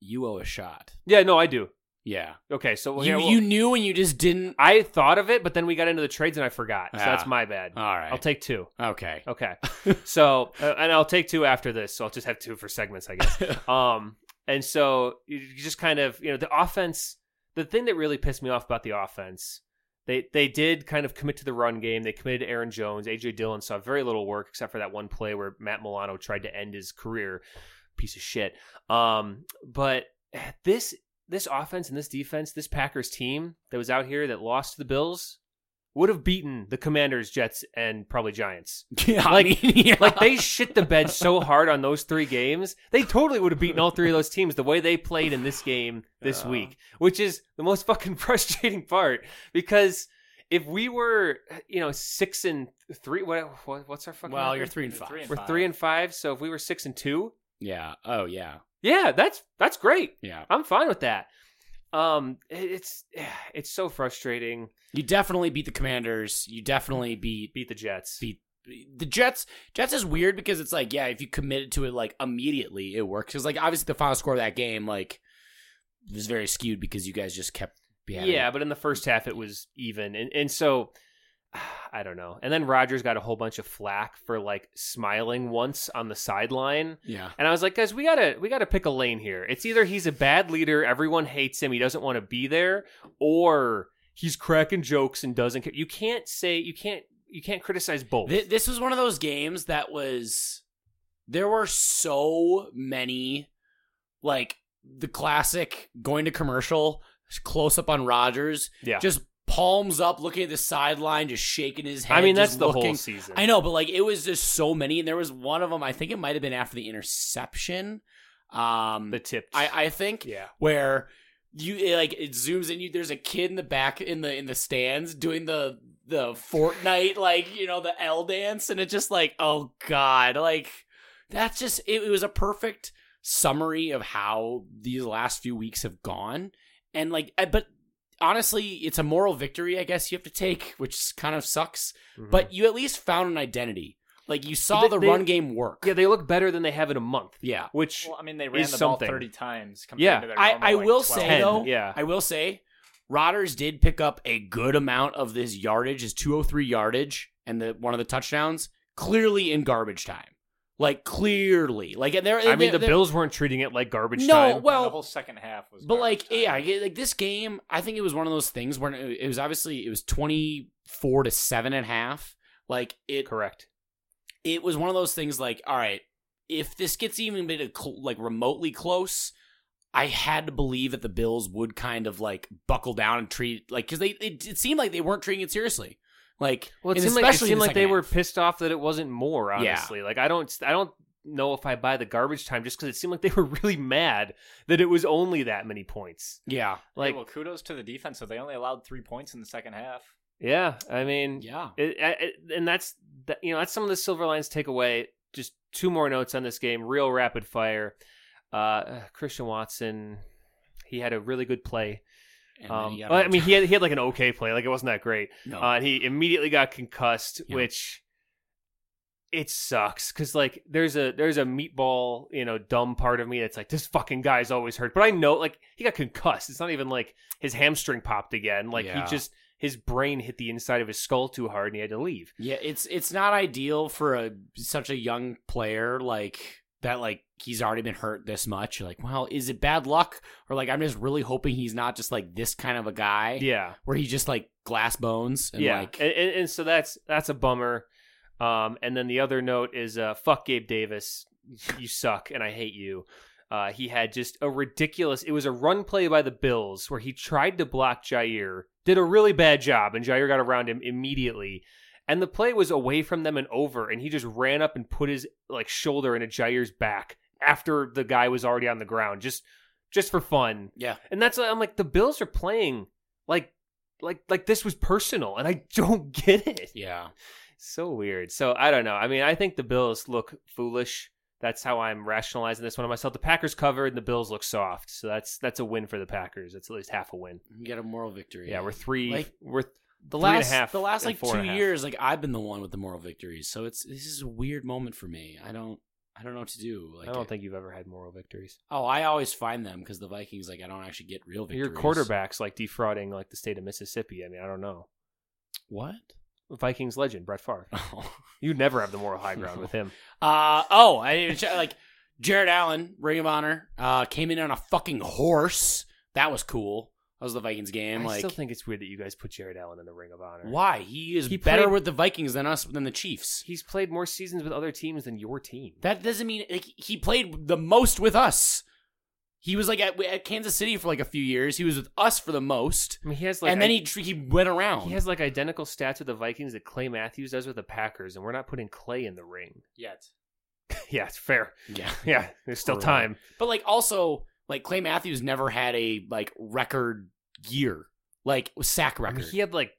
You owe a shot.
Yeah, no, I do.
Yeah.
Okay, so well,
you
yeah, well,
you knew and you just didn't
I thought of it, but then we got into the trades and I forgot. So
Ah.
that's my bad.
All right.
I'll take two.
okay.
Okay. so, uh, and I'll take two after this. So I'll just have two for segments, I guess. Um, and so you you just kind of, you know, the offense, the thing that really pissed me off about the offense, they, they did kind of commit to the run game. They committed to Aaron Jones. AJ Dillon saw very little work except for that one play where Matt Milano tried to end his career. Piece of shit. Um, but this this offense and this defense, this Packers team that was out here that lost to the Bills, would have beaten the Commanders, Jets, and probably Giants.
yeah, I
Like-
mean, yeah.
Like they shit the bed so hard on those three games, they totally would have beaten all three of those teams the way they played in this game this
Yeah.
week, which is the most fucking frustrating part because if we were, you know, six and three, what, what what's our fucking?
well, you're
record?
3 and 5.
Three and
we're three and five, so if we were six and two,
yeah. Oh, yeah.
yeah, that's that's great.
Yeah.
I'm fine with that. Um, it- it's it's so frustrating.
You definitely beat the Commanders. You definitely beat
Beat the Jets.
Beat- the Jets. Jets is weird because it's like, yeah, if you committed to it like immediately, it works. Because like obviously the final score of that game like was very skewed because you guys just kept.
yeah,
having-
but in the first half it was even, and and so I don't know. And then Rogers got a whole bunch of flack for like smiling once on the sideline.
yeah,
And I was like, guys, we gotta we gotta pick a lane here. It's either he's a bad leader, everyone hates him, he doesn't want to be there, or he's cracking jokes and doesn't care. You can't say you can't you can't criticize both.
Th- this was one of those games that was there were so many like the classic going to commercial close up on Rogers,
yeah,
just palms up, looking at the sideline, just shaking his head.
I mean
just
that's the whole
looking-
season.
I know, but like it was just so many, and there was one of them. I think it might have been after the interception. Um,
the tip.
I I think
yeah.
where you it, like it zooms in. You there's a kid in the back in the in the stands doing the the Fortnite like you know the L dance, and it's just like oh god, like that's just it, it was a perfect summary of how these last few weeks have gone, and like I, but. Honestly, it's a moral victory, I guess you have to take, which kind of sucks
Mhm.
but you at least found an identity. Like you saw
They-
the
they-
run game work.
Mm-hmm. yeah, they look better than they have in a month.
Yeah.
Which
Well, I mean, they ran
is
the
something.
ball thirty times. Compared
Yeah.
to their
I-
normal,
I
like,
will
12.
say,
ten?
though-
yeah,
I will say, Rodgers did pick up a good amount of this yardage, his 203 yardage, and the one of the touchdowns clearly in garbage time. Like clearly, like and there.
I mean the
there-
Bills weren't treating it like garbage
No,
time.
well-
the whole second half was.
But like,
garbage
yeah, I
time.
get- like this game, I think it was one of those things where it it was obviously it was 24 to seven and a half. Like it,
correct.
it was one of those things like all right if this gets even bit of cl- like remotely close i had to believe that the bills would kind of like buckle down and treat like because they it, it seemed like they weren't treating it seriously like
Well, it
and
seemed like, it
especially in
seemed
the
like they
second
were
half.
pissed off that it wasn't more.
Yeah.
Honestly, like I don't, I don't know if I buy the garbage time just because it seemed like they were really mad that it was only that many points.
yeah
Like,
Hey, well, kudos to the defense. So they only allowed three points in the second half.
yeah, I mean,
yeah
It, I- it, and that's that, you know that's some of the silver lines takeaway. Just two more notes on this game, real rapid fire. Uh, Christian Watson, he had a really good play.
And then
Um,
you got
well, I
another-
mean, he had he had like an okay play, like it wasn't that great.
no.
Uh, and he immediately got concussed,
Oh. Yeah.
which it sucks because like there's a there's a meatball you know dumb part of me that's like this fucking guy's always hurt, but I know like he got concussed. It's not even like his hamstring popped again. Like
Yeah.
he just his brain hit the inside of his skull too hard and he had to leave.
yeah it's it's not ideal for a such a young player like that like he's already been hurt this much You're like well is it bad luck or like i'm just really hoping he's not just like this kind of a guy
Yeah,
where he just like glass bones and
yeah,
like
and, and, and so that's that's a bummer. Um, and then the other note is uh, fuck Gabe Davis, you suck, and I hate you. Uh, he had just a ridiculous. It was a run play by the Bills where he tried to block Jair, did a really bad job, and Jair got around him immediately. And the play was away from them and over, and he just ran up and put his like shoulder into Jair's back after the guy was already on the ground, just just for fun.
yeah
And that's why I'm like, the Bills are playing like like like this was personal, and I don't get it.
Yeah.
So weird. So I don't know. I mean, I think the Bills look foolish. That's how I'm rationalizing this one to myself. The Packers covered, and the Bills look soft. So that's that's a win for the Packers. That's at least half a win.
You get a moral victory.
Yeah, we're three.
Like-
we're
the
three and a
last
half
the last
and
like
four
two
and a half.
years, like I've been the one with the moral victories. So it's this is a weird moment for me. I don't I don't know what to do. Like
I don't think you've ever had moral victories.
Oh, I always find them because the Vikings like I don't actually get real victories.
Your quarterback's like defrauding like the state of Mississippi. I mean, I don't know.
What?
Vikings legend Brett Favre.
Oh.
You never have the moral high ground with him.
Uh oh, I didn't even check, like Jared Allen, Ring of Honor, uh came in on a fucking horse. That was cool. That was the Vikings game.
I
like
still think it's weird that you guys put Jared Allen in the Ring of Honor.
why? He is
He
better
played-
with the Vikings than us than the Chiefs.
He's played more seasons with other teams than your team.
That doesn't mean like he played the most with us. He was like at, at Kansas City for like a few years. He was with us for the most,
I mean, he has like
and then he tr- he went around.
he has like identical stats with the Vikings that Clay Matthews does with the Packers, and we're not putting Clay in the ring.
Yet.
yeah, it's fair.
yeah,
Yeah, there's still
Right.
time.
but like also like Clay Matthews never had a like record year, like sack
I mean,
record.
he had like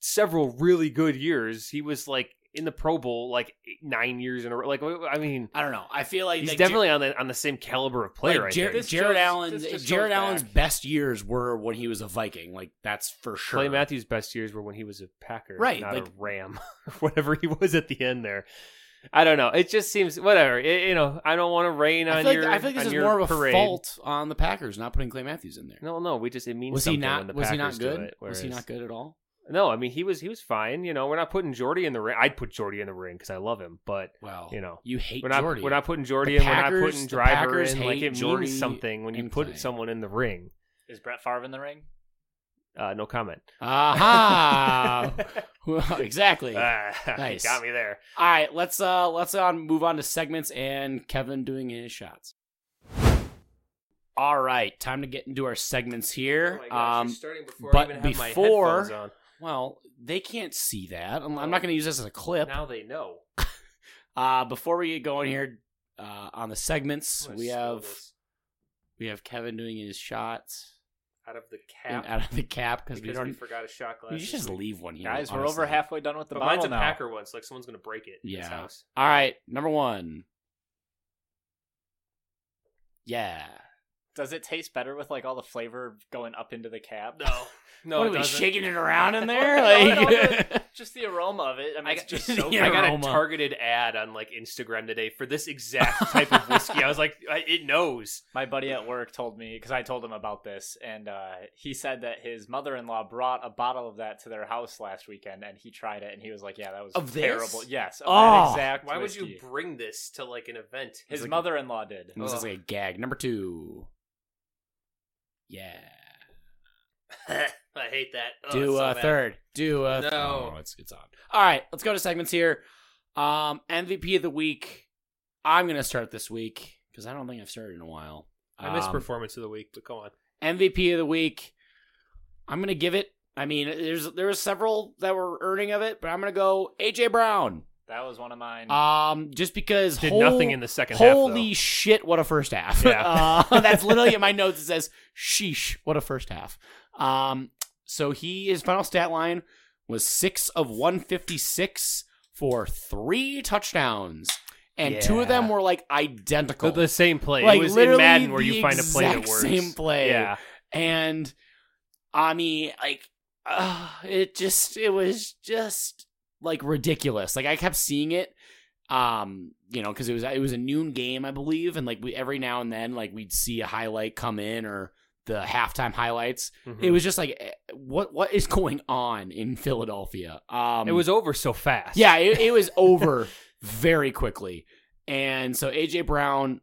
several really good years. He was like in the Pro Bowl like eight, nine years in a row. Like I mean,
I don't know. I feel like
he's
like,
definitely on the on the same caliber of player.
Like,
I
Jar-
think.
Jared,
This shows-
Allen's
this just
Jared
goes
Allen's
back.
best years were when he was a Viking. Like that's for sure.
Clay Matthews' best years were when he was a Packer,
Right,
Not
like-
a Ram, or whatever he was at the end there. I don't know. It just seems whatever. It, you know, I don't want to rain
I
on
feel, like,
your.
I feel like this
on
is
your
more of a
parade.
fault on the Packers not putting Clay Matthews in there.
No, no, we just it means
was he
something when the
not? Was he not
Packers do
good?
It,
was he
whereas-
not good at all?
No, I mean he was he was fine. You know, we're not putting Jordy in the ring. I'd put Jordy in the ring because I love him, but
Well,
you know,
you hate
we're not
Jordy.
we're not putting Jordy
The
in. we're
Packers-
not putting
the
Driver
Packers
in. Like
hate
it
Jordy
means something when you
and
put
Clay.
someone in the ring.
Is Brett Favre in the ring?
Uh, no comment.
Aha! Uh, Well, exactly. All
Ah,
Nice.
got me there.
right, let's uh let's on move on to segments and Kevin doing his shots. All right, time to get into our segments here. um,
starting before
I but even have my before- headphones
on.
well, they can't see that. I'm, I'm not going to use this as a clip.
Now they know.
Uh, before we get going here uh, on the segments,
I'm gonna
we
steal
have
this
we have Kevin doing his shots
out of the
and
cap
out of the cap because we
because
don't.
we forgot a shot glass.
you should just leave one here,
Guys, we're
honestly.
over halfway done with the
But
bottle
mine's a
now.
Packer one, so like someone's gonna break it. In
Yeah.
his house.
All right, number one. Yeah.
Does it taste better with like all the flavor going up into the cab?
No. No.
what
it
are we
doesn't.
shaking it around in there?
No, it
Like,
just the aroma of it. I mean,
I
it's
got,
just
the
so
Yeah,
I got a
aroma.
targeted ad on like Instagram today for this exact type of whiskey. I was like, I, it knows.
My buddy at work told me because I told him about this, and uh, he said that his mother-in-law brought a bottle of that to their house last weekend, and he tried it, and he was like, "Yeah, that was
Of this?
terrible." Yes. Of
Oh.
that exact.
Why would
whiskey.
you bring this to like an event?
His
It's like-
mother-in-law did.
this is like a gag. Number two. Yeah.
I hate that. Oh, it's
Do
so
a
bad.
third. Do a
No.
oh, it's it's on. All right, let's go to segments here. Um, MVP of the week. I'm gonna start this week because I don't think I've started in a while.
I missed
Um,
performance of the week, but go on.
MVP of the week. I'm gonna give it. I mean, there's there were several that were earning of it, but I'm gonna go AJ Brown.
That was one of mine.
Um, just because
Did
whole-
nothing in the second half.
holy shit, what a first half.
Yeah.
Uh, that's literally in my notes. It says, sheesh, what a first half. Um, so he his final stat line was six of 156 for three touchdowns. And two of them
Yeah.
were like identical.
The, the same play.
Like,
it was in
literally
Madden where
the
you find a play that
exact
works.
same play.
Yeah.
and I mean, like, uh, it just it was just like ridiculous. Like I kept seeing it, um, you know, because it was it was a noon game, I believe, and like we every now and then like we'd see a highlight come in or the halftime highlights.
Mhm.
It was just like, eh, what what is going on in Philadelphia? Um,
It was over so fast.
yeah, it, it was over very quickly. And so AJ Brown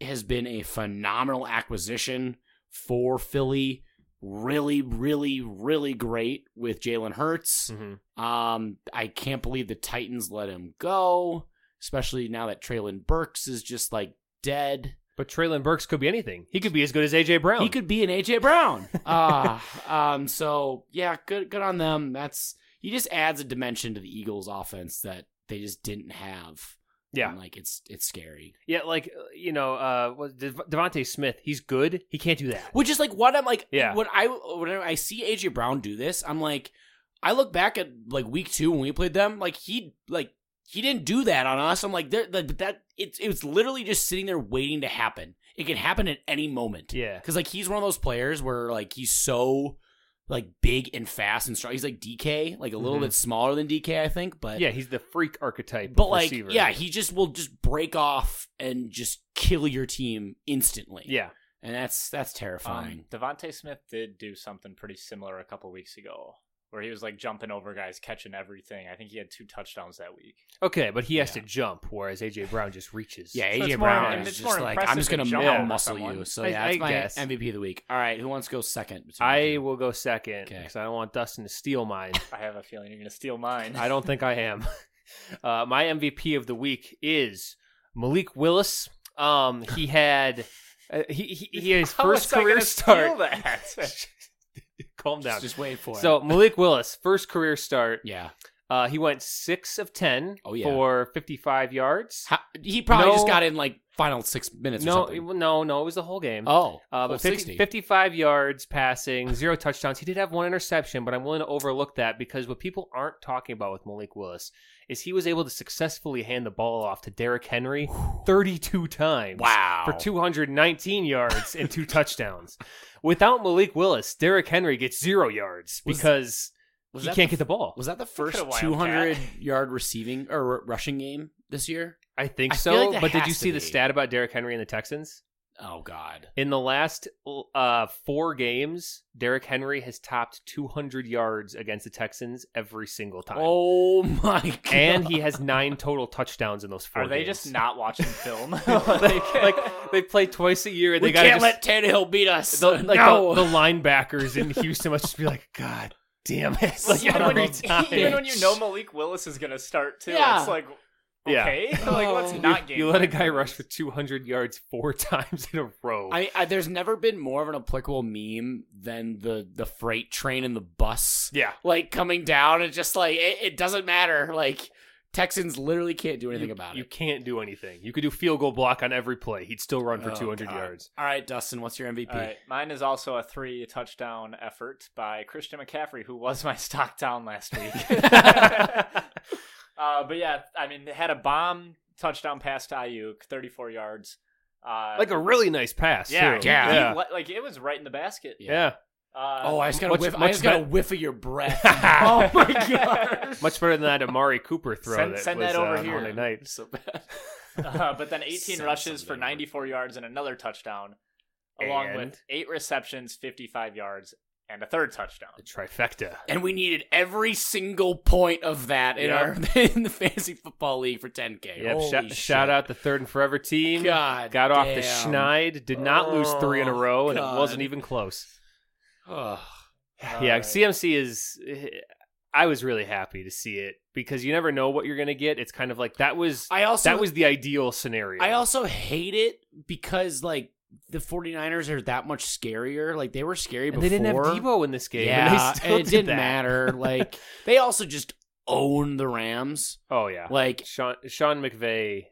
has been a phenomenal acquisition for Philly. Really, really, really great with Jalen Hurts.
Mhm.
Um, I can't believe the Titans let him go, especially now that Traylon Burks is just like dead.
But Traylon Burks could be anything. He could be as good as AJ Brown.
He could be an AJ Brown. Ah, um, so yeah, good, good on them. That's he just adds a dimension to the Eagles' offense that they just didn't have
Yeah.
And, like it's it's scary.
Yeah, like uh, you know, uh, what- Dev- Devontae Smith, he's good. He can't do that.
Which is like what I'm like.
Yeah.
When I when I see AJ Brown do this, I'm like, I look back at like week two when we played them. Like he like he didn't do that on us. I'm like, there like, that it's it's literally just sitting there waiting to happen. It can happen at any moment.
Yeah,
Because like he's one of those players where like he's so like big and fast and strong. He's like DK, like a little
Mhm.
bit smaller than DK, I think. But
yeah, he's the freak archetype.
but
of
like
receiver.
yeah, he just will just break off and just kill your team instantly.
yeah,
and that's that's terrifying.
Um, Devonte Smith did do something pretty similar a couple weeks ago, where he was like jumping over guys, catching everything. I think he had two touchdowns that week.
okay, but he has
Yeah.
to jump, whereas AJ Brown just reaches.
yeah,
so
AJ
it's more-
Brown
and
is
it's more
just like I'm
impressive
just
to
gonna
jump
melt
over
muscle
someone.
you. So
I-
yeah, that's
I
my
guess.
MVP of the week. All right, who wants to go second? between the
I
two?
will go second
Okay.
because I don't want Dustin to steal mine.
I have a feeling you're gonna steal mine.
I don't think I am. Uh, my MVP of the week is Malik Willis. Um, he had uh, he, he he had his
How
first
was I
career
gonna
start.
steal that?
Calm down.
just, just wait for
So
it.
Malik Willis, first career start.
yeah,
Uh, he went six of ten
Oh, yeah.
for fifty-five yards.
How, he probably just
No-
got in like final six minutes. or
No,
something.
it- no, no, it was the whole game.
Oh,
Uh,
full
but 50,
60.
55 yards passing, zero touchdowns. He did have one interception, but I'm willing to overlook that because what people aren't talking about with Malik Willis is he was able to successfully hand the ball off to Derrick Henry 32 times
Wow.
for 219 yards and two touchdowns. Without Malik Willis, Derrick Henry gets zero yards
Was-
because
Was
he
that
can't
the-
get the ball.
Was that the first
Wildcat.
200 yard receiving or r- rushing game this year?
I think
I feel
so.
like that
but did
has
you
to
see the
be.
stat about Derrick Henry and the Texans?
Oh God.
In the last uh, four games, Derrick Henry has topped 200 yards against the Texans every single time.
Oh my God.
And he has nine total touchdowns in those four
Are they
games.
just not watching film?
like, like, they play twice a year and
we
they gotta
can't
just,
let Tannehill beat us.
the, like
no.
the, the linebackers in Houston must just be like, God damn it. Like,
Son
even,
of
every
when,
a
time.
bitch.
even when you know Malik Willis is gonna start too,
Yeah.
it's like
Yeah.
okay, like let's
Oh.
not game
you let a
plan
guy
for
rush
this.
for 200 yards four times in a row.
I, I, there's never been more of an applicable meme than the the freight train and the bus
yeah.
like coming down and just like it, it doesn't matter like Texans literally can't do anything
you,
about
you
it.
can't do anything. You could do field goal block on every play. He'd still run for
Oh,
200
God.
yards.
All right, Dustin, what's your MVP?
All right, mine is also a three touchdown effort by Christian McCaffrey, who was my stock down last week. uh, but yeah, I mean, they had a bomb touchdown pass to Ayuk, 34 yards. Uh,
Like a really nice pass.
yeah,
too.
Yeah.
he
Yeah.
le- like it was right in the basket.
Yeah.
Yeah.
Uh,
Oh, I just got a
Much-
whiff. I
much
just got a
bet-
whiff of your breath.
Oh my
gosh.
Much better than that Amari Cooper throw
Send-
that
send
was
that over
uh, on
here.
Monday night.
so bad.
uh, but then 18
Send
rushes for
somebody over.
94 yards and another touchdown, along
And?
with eight receptions, 55 yards, and a third touchdown.
The trifecta.
and we needed every single point of that in
Yep.
our in the fantasy football league for 10k.
Yep.
Holy
Shout,
shit.
shout out the third and forever team.
God,
Got off
damn.
the schneid. Did not lose three in a
Oh,
row, and
God.
it wasn't even close.
Ugh.
yeah,
Alright.
CMC is. eh, I was really happy to see it because you never know what you're going to get. It's kind of like that was
I also
that was the ideal scenario.
I also hate it because like the 49ers are that much scarier. Like they were scary
and
before.
they didn't have Debo in this game. and they
Yeah,
still
and it
did
didn't
that.
matter. Like they also just own the Rams.
Oh yeah,
Like
Sean Sean McVay,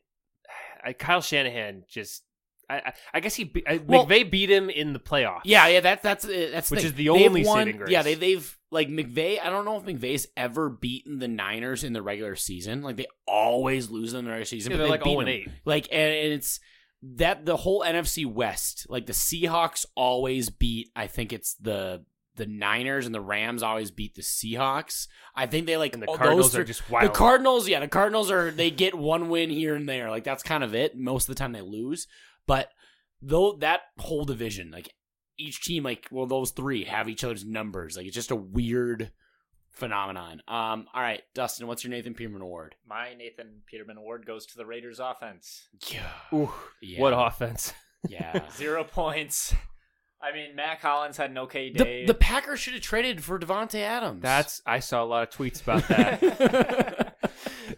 I, Kyle Shanahan just. I, I, I guess he be, I,
Well-
McVay beat him in the playoffs.
Yeah, yeah, that's that's uh, that's
Which
thing.
is the
They've
only
won,
saving grace.
Yeah, they they've like McVay. I don't know if McVay's ever beaten the Niners in the regular season. Like they always lose them in the regular season.
Yeah,
but
they're
they
like
beat
zero and
them.
eight.
Like and, and it's that the whole NFC West. Like the Seahawks always beat. I think it's the the Niners and the Rams always beat the Seahawks. I think they like
And the
all-
Cardinals
Oh, those three,
are just wild.
the Cardinals, yeah, the Cardinals are they get one win here and there. Like that's kind of it. Most of the time they lose. But though that whole division, like each team, like well, those three have each other's numbers. Like it's just a weird phenomenon. Um, all right, Dustin, what's your Nathan Peterman award?
My Nathan Peterman award goes to the Raiders offense.
Yeah.
Ooh, What offense?
Yeah.
Zero points. I mean, Mac Hollins had an okay
the,
day.
the Packers should have traded for Devonte Adams.
That's I saw a lot of tweets about that.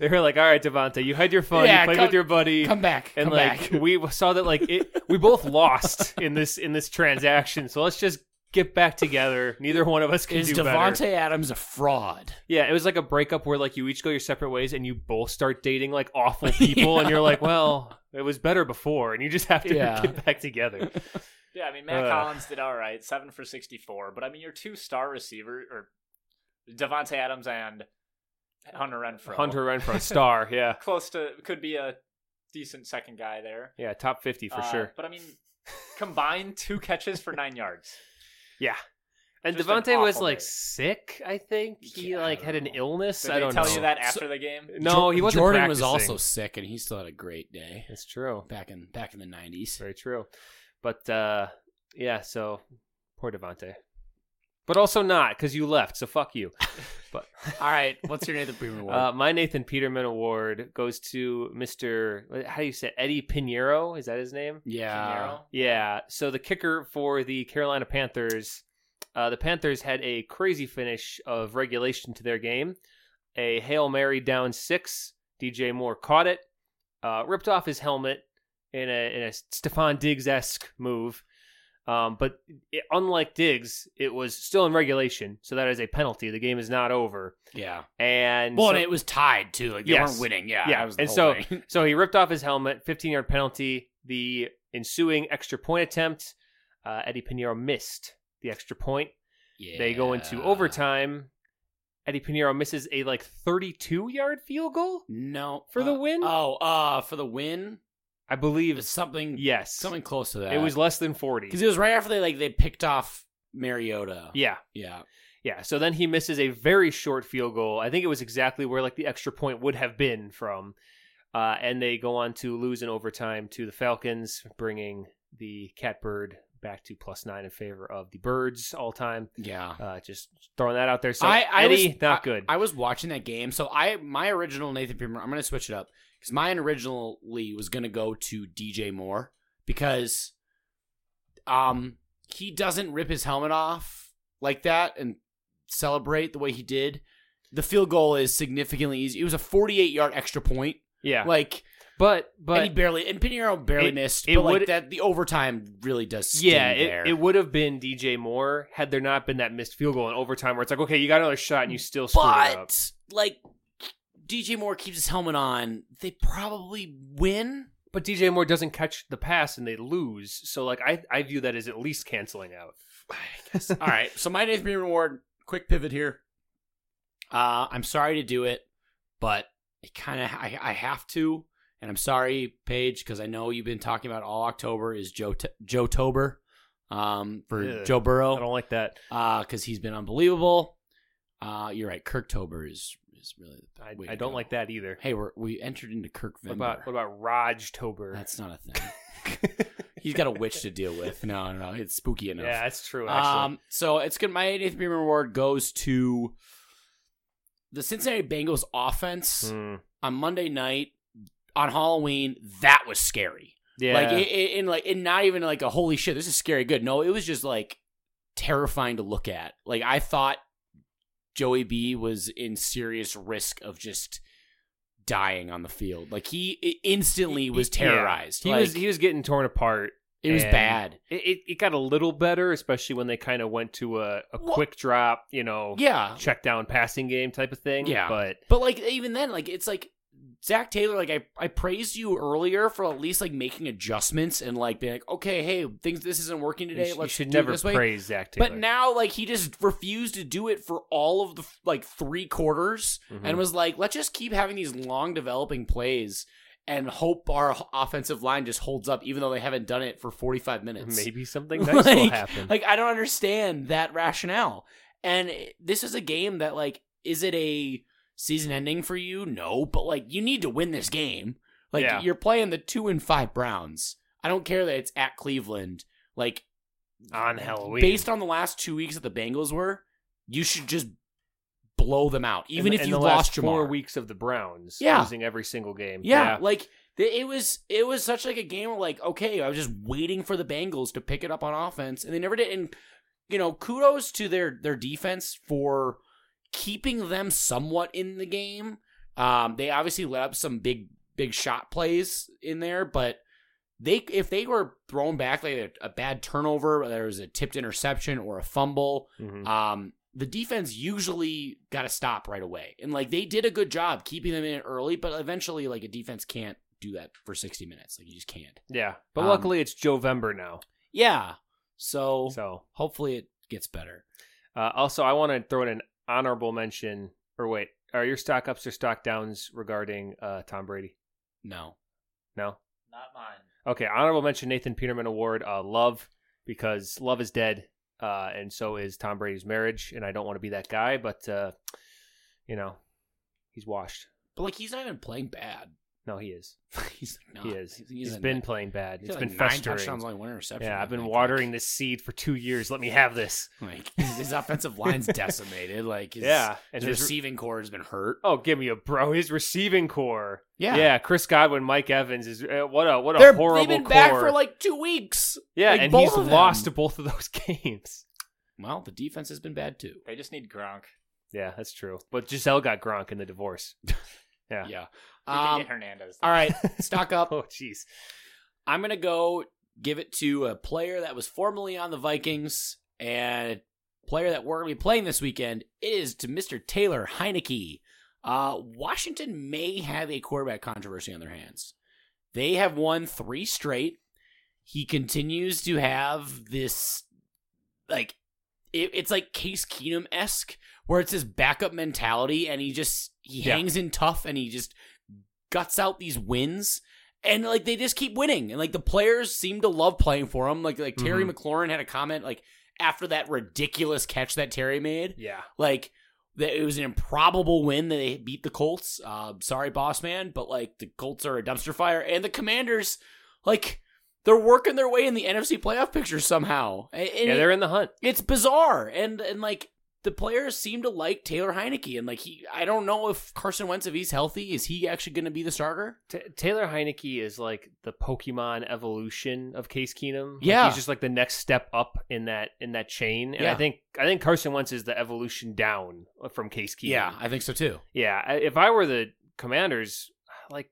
they were like, "All right, Devonta, you had your fun.
Yeah,
you played
come-
with your buddy."
come back.
and
come
like
back.
we saw that like it, we both lost in this in this transaction so let's just get back together. Neither one of us can
Is
do better.
Devonte Adams a fraud?
Yeah, it was like a breakup where like you each go your separate ways and you both start dating like awful people and you're like, well, it was better before and you just have to
Yeah.
get back together.
Yeah, I mean Matt
Ugh.
Collins did all right, seven for sixty-four. But I mean, your two star receiver or Devonte Adams and Hunter Renfro.
Hunter Renfro star, yeah.
close to could be a decent second guy there
Yeah, top 50 for
Uh,
sure.
But I mean, combined two catches for nine yards.
And
just an
Devontae was
awful
like
day.
sick, I think. He
Yeah, I
like
don't
had an
know.
illness.
Did
I
they
don't
tell
know.
you that
So-
after the game?
No, he wasn't
Jordan was
practicing.
also sick, and he still had a great day
It's true.
back in back in the nineties.
Very true. But uh yeah, so poor Devontae. But also not because you left, so fuck you. But
All right, what's your Nathan Peterman award?
Uh, my Nathan Peterman Award goes to Mr. How do you say it? Eddie Pinheiro? Is that his name?
yeah,
Pinheiro?
Yeah. So the kicker for the Carolina Panthers, uh, the Panthers had a crazy finish of regulation to their game. A hail mary down six. DJ Moore caught it, uh, ripped off his helmet in a in a Stephon Diggs esque move. Um, but it, unlike Diggs, it was still in regulation, so that is a penalty. The game is not over,
yeah.
and
Well,
so-
and it was tied too. Like they
Yes.
weren't winning. Yeah,
Yeah,
that was the
and
whole
so-
thing.
So he ripped off his helmet, 15 yard penalty. The ensuing extra point attempt, uh, Eddie Pinheiro missed the extra point. They go into
Yeah.
overtime. Eddie Pinheiro misses a like 32 yard field goal,
No,
For the
uh,
win?
Oh, uh, for the win,
I
it
believe.
was something,
yes.
something close to that.
it was less than 40.
because it was right after they like they picked off Mariota.
yeah.
yeah,
Yeah. So then he misses a very short field goal. I think it was exactly where like the extra point would have been from. Uh, and they go on to lose in overtime to the Falcons, bringing the Catbird back to plus nine in favor of the Birds all time.
yeah.
Uh, just throwing that out there. So
I- I
Eddie,
was-
not good.
I was watching that game, so I my original Nathan Peterman. I'm gonna switch it up because mine originally was gonna go to DJ Moore because, um, he doesn't rip his helmet off like that and celebrate the way he did. The field goal is significantly easy. It was a 48 yard extra point.
yeah,
Like,
but
and he
but
barely and Pinero barely
It-
missed.
it
but like
would-
that, the overtime really does. Sting
yeah,
there.
it, it would have been DJ Moore had there not been that missed field goal in overtime where it's like, okay, you got another shot and you still screwed it up.
but like DJ Moore keeps his helmet on, they probably win.
But DJ Moore doesn't catch the pass and they lose. So like, I I view that as at least canceling out.
All right, so my Nathan Peterman Award. Quick pivot here. Uh, I'm sorry to do it, but it kind of I, I have to, and I'm sorry, Paige, because I know you've been talking about all October is Joe T- Joe Tober, um, for
Ugh,
Joe
I
Burrow,
don't like that.
because he's been unbelievable. Uh, you're right, Kirk Tober is is really the
I,
way
I
to
don't
go.
like that either.
Hey, we're, we entered into Kirk.
What
Vember.
about what about Raj Tober?
That's not a thing. He's got a witch to deal with. No, no, no. It's spooky enough.
yeah, that's true. Actually,
um, so it's good. My 80th Beamer Award goes to the Cincinnati Bengals offense
Hmm.
on Monday night on Halloween. That was scary.
yeah,
Like it, it, in like in not even like a holy shit. This is scary. Good. No, it was just like terrifying to look at. Like I thought Joey B was in serious risk of just dying on the field. Like he i instantly was
Yeah.
terrorized.
He
Like,
was he was getting torn apart.
it was
and-
bad.
It, it, it got a little better, especially when they kind of went to a, a
Well-
quick drop, you know,
Yeah.
check down passing game type of thing.
Yeah.
But
But like even then, like it's like Zach Taylor, like I, I praised you earlier for at least like making adjustments and like being like, okay, hey, things this isn't working
you,
today.
sh- you
Let's
should
do it
never
this way.
praise Zach Taylor.
But now, like, he just refused to do it for all of the like three quarters,
Mhm.
and was like, "Let's just keep having these long developing plays and hope our h- offensive line just holds up, even though they haven't done it for forty five minutes."
maybe something nice will
Like-
happen.
Like, I don't understand that rationale. And it- this is a game that, like, is it a season ending for you? No, but like, you need to win this game. Like,
Yeah.
you're playing the two and five Browns. I don't care that it's at Cleveland. Like,
on Halloween.
based on the last two weeks that the Bengals were, you should just blow them out, even
And-
if
and
you
the
lost
last four
Jamar.
weeks of the Browns,
Yeah.
losing every single game.
yeah, like th- it was. It was such like a game where like, okay, I was just waiting for the Bengals to pick it up on offense, and they never did. And you know, kudos to their their defense for keeping them somewhat in the game. Um, they obviously let up some big big shot plays in there, but they if they were thrown back like a, a bad turnover, whether it was a tipped interception or a fumble,
Mhm.
um, the defense usually got to stop right away. And like they did a good job keeping them in it early, but eventually like a defense can't do that for 60 minutes. Like you just can't.
Yeah, but
Um,
luckily it's Jovember now.
Yeah. So,
So
hopefully it gets better.
uh, also, I want to throw in an honorable mention. Or wait, are your stock ups or stock downs regarding uh, Tom Brady?
No.
No.
Not mine.
Okay, honorable mention Nathan Peterman Award. Uh, love because love is dead, uh, and so is Tom Brady's marriage. And I don't want to be that guy, but uh, you know, he's washed.
But like he's not even playing bad.
No, he is.
he's not.
He is.
Ah, He's
he's
a-
been playing bad.
he's
It's
got,
been
like, nine
festering.
touchdowns, only one interception.
Yeah, I've been
Like,
watering this seed for two years. Let me have this.
Like his, his offensive line's decimated. Like his,
yeah, and
his
his
receiving core has been hurt.
oh, give me a bro. His receiving core.
Yeah,
Chris Godwin, Mike Evans is uh, what a what a
They're,
horrible
they've been
core.
back for like two weeks.
yeah,
like,
and
both
he's
of them.
lost to both of those games.
Well, the defense has been bad too.
They just need Gronk.
Yeah, that's true. But Giselle got Gronk in the divorce. Yeah.
Yeah.
You can
Um,
get Hernandez.
all right, stock up.
Oh, jeez.
I'm gonna go give it to a player that was formerly on the Vikings and a player that we're gonna be playing this weekend. It is to Mr. Taylor Heineke. Uh, Washington may have a quarterback controversy on their hands. They have won three straight. He continues to have this, like, it, it's like Case Keenum esque, where it's his backup mentality, and he just he
Yeah.
hangs in tough, and he just guts out these wins and like they just keep winning and like the players seem to love playing for him like like Terry
Mhm.
McLaurin had a comment like after that ridiculous catch that Terry made
Yeah,
like that it was an improbable win that they beat the Colts uh, sorry boss man but like the Colts are a dumpster fire and the Commanders like they're working their way in the NFC playoff picture somehow and, and
yeah,
it-
they're in the hunt.
it's bizarre and and like the players seem to like Taylor Heineke and like he I don't know if Carson Wentz if he's healthy is he actually going to be the starter
T- Taylor Heineke is like the Pokemon evolution of Case Keenum. Like,
Yeah.
he's just like the next step up in that in that chain. And I
Yeah.
think I think Carson Wentz is the evolution down from Case Keenum.
I think so too
yeah. I- If I were the Commanders, like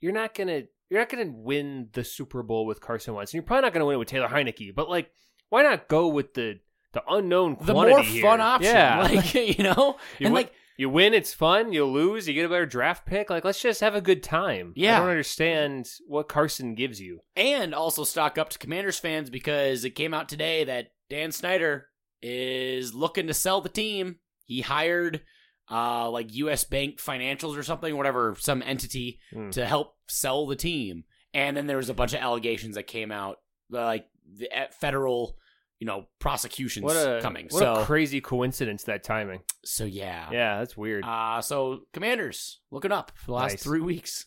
you're not gonna you're not gonna win the Super Bowl with Carson Wentz, and you're probably not gonna win it with Taylor Heineke. But like, why not go with the the unknown
the
quantity
more
here?
fun option.
Yeah,
Like, you know?
You
and
wi-
like
you win, it's fun. You lose, you get a better draft pick. Like, let's just have a good time. I
Yeah.
don't understand what Carson gives you.
and also stock up to Commanders fans because it came out today that Dan Snyder is looking to sell the team. He hired uh like US Bank Financials or something, whatever, some entity
Hmm.
to help sell the team. And then there was a bunch of allegations that came out like the at federal, you know, prosecutions
What a
coming.
What
so Um,
a crazy coincidence that timing.
so yeah.
Yeah, that's weird.
Uh so Commanders, looking up for the last
Nice.
3 weeks.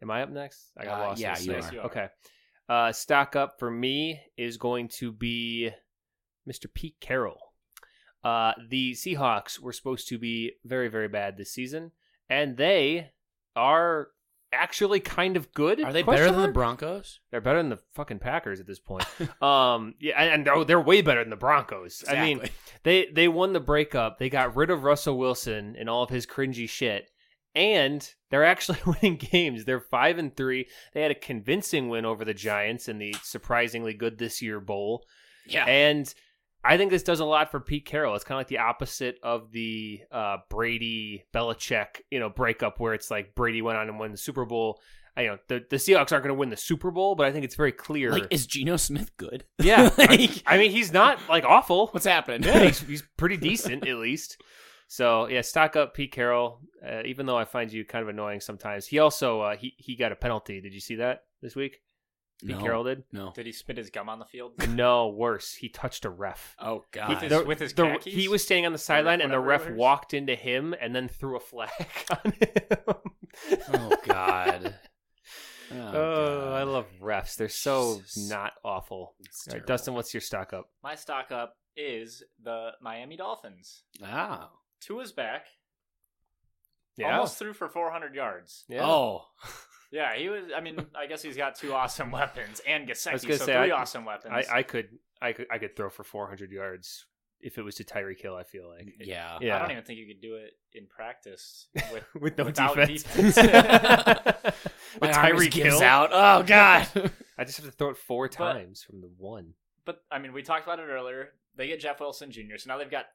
Am I up next? I got
Uh,
lost.
yeah,
in
you
this.
are.
You are.
Okay. Uh, stock up for me is going to be Mr. Pete Carroll. Uh, the Seahawks were supposed to be very, very bad this season, and they are actually kind of good.
Are they
Question
better than the
mark?
Broncos?
They're better than the fucking Packers at this point. um, yeah, and and they're, they're way better than the Broncos. I mean, they they won the breakup. They got rid of Russell Wilson and all of his cringy shit, and they're actually winning games. They're five and three. They had a convincing win over the Giants in the surprisingly good this year bowl,
yeah.
and I think this does a lot for Pete Carroll. It's kind of like the opposite of the uh, Brady Belichick you know breakup, where it's like Brady went on and won the Super Bowl. I, you know the, the Seahawks aren't going to win the Super Bowl, but I think it's very clear.
Like, is Geno Smith good?
yeah,
like,
I mean he's not like awful.
what's happening?
Yeah, he's, he's pretty decent at least. So yeah, stock up Pete Carroll. Uh, even though I find you kind of annoying sometimes, he also uh, he he got a penalty. Did you see that this week? Pete
no,
Carroll did.
No.
Did he spit his gum on the field?
No, worse, he touched a ref.
Oh
With
God.
his,
uh, The-
with his
The-
khakis?
he was standing on the sideline, and the
whatever it
ref
is.
walked into him and then threw a flag on him.
oh God. Oh,
Oh,
God.
I love refs. They're so
Jesus.
not awful.
It's
All right,
terrible.
Dustin, what's your stock up?
My stock up is the Miami Dolphins.
Ah.
Tua's back.
Yeah.
Almost threw for 400 yards.
yeah.
Oh.
Yeah, he was. I mean, I guess he's got two awesome weapons and
I was
Gasecki,
gonna
so
say,
three
I-
awesome weapons.
I, I could I could I could throw for 400 yards if it was to Tyreek Hill. I feel like
Yeah.
yeah,
I don't even think you could do it in practice with
with no
without
defense.
defense.
My
With
arm just
Tyreek
gives
Hill?
out. Oh god.
I just have to throw it four
But-
times from the one.
but I mean, we talked about it earlier. They get Jeff Wilson Jr., so now they've got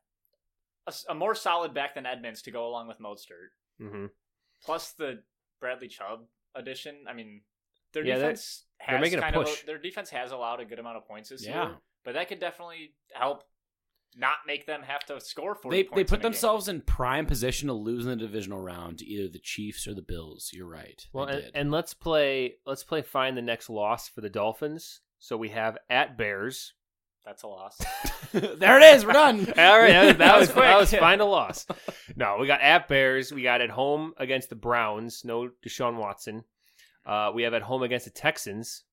a, s- a more solid back than Edmonds to go along with Mostert,
Mm-hmm.
plus the Bradley Chubb addition. I mean, their
Yeah, they're-
defense has
they're making a
kind
push.
of their defense has allowed a good amount of points this
Yeah.
year, but that could definitely help not make them have to score forty.
They
points
they
in a
put
game.
themselves in prime position to lose in the divisional round to either the Chiefs or the Bills. You're right. They
Well, and,
did.
and let's play. Let's play. Find the next loss for the Dolphins. So we have at Bears.
That's a loss.
there it is. We're done.
All right, that was that was,
quick.
that was find a loss. No, we got at Bears. We got at home against the Browns. No Deshaun Watson. Uh, we have at home against the Texans.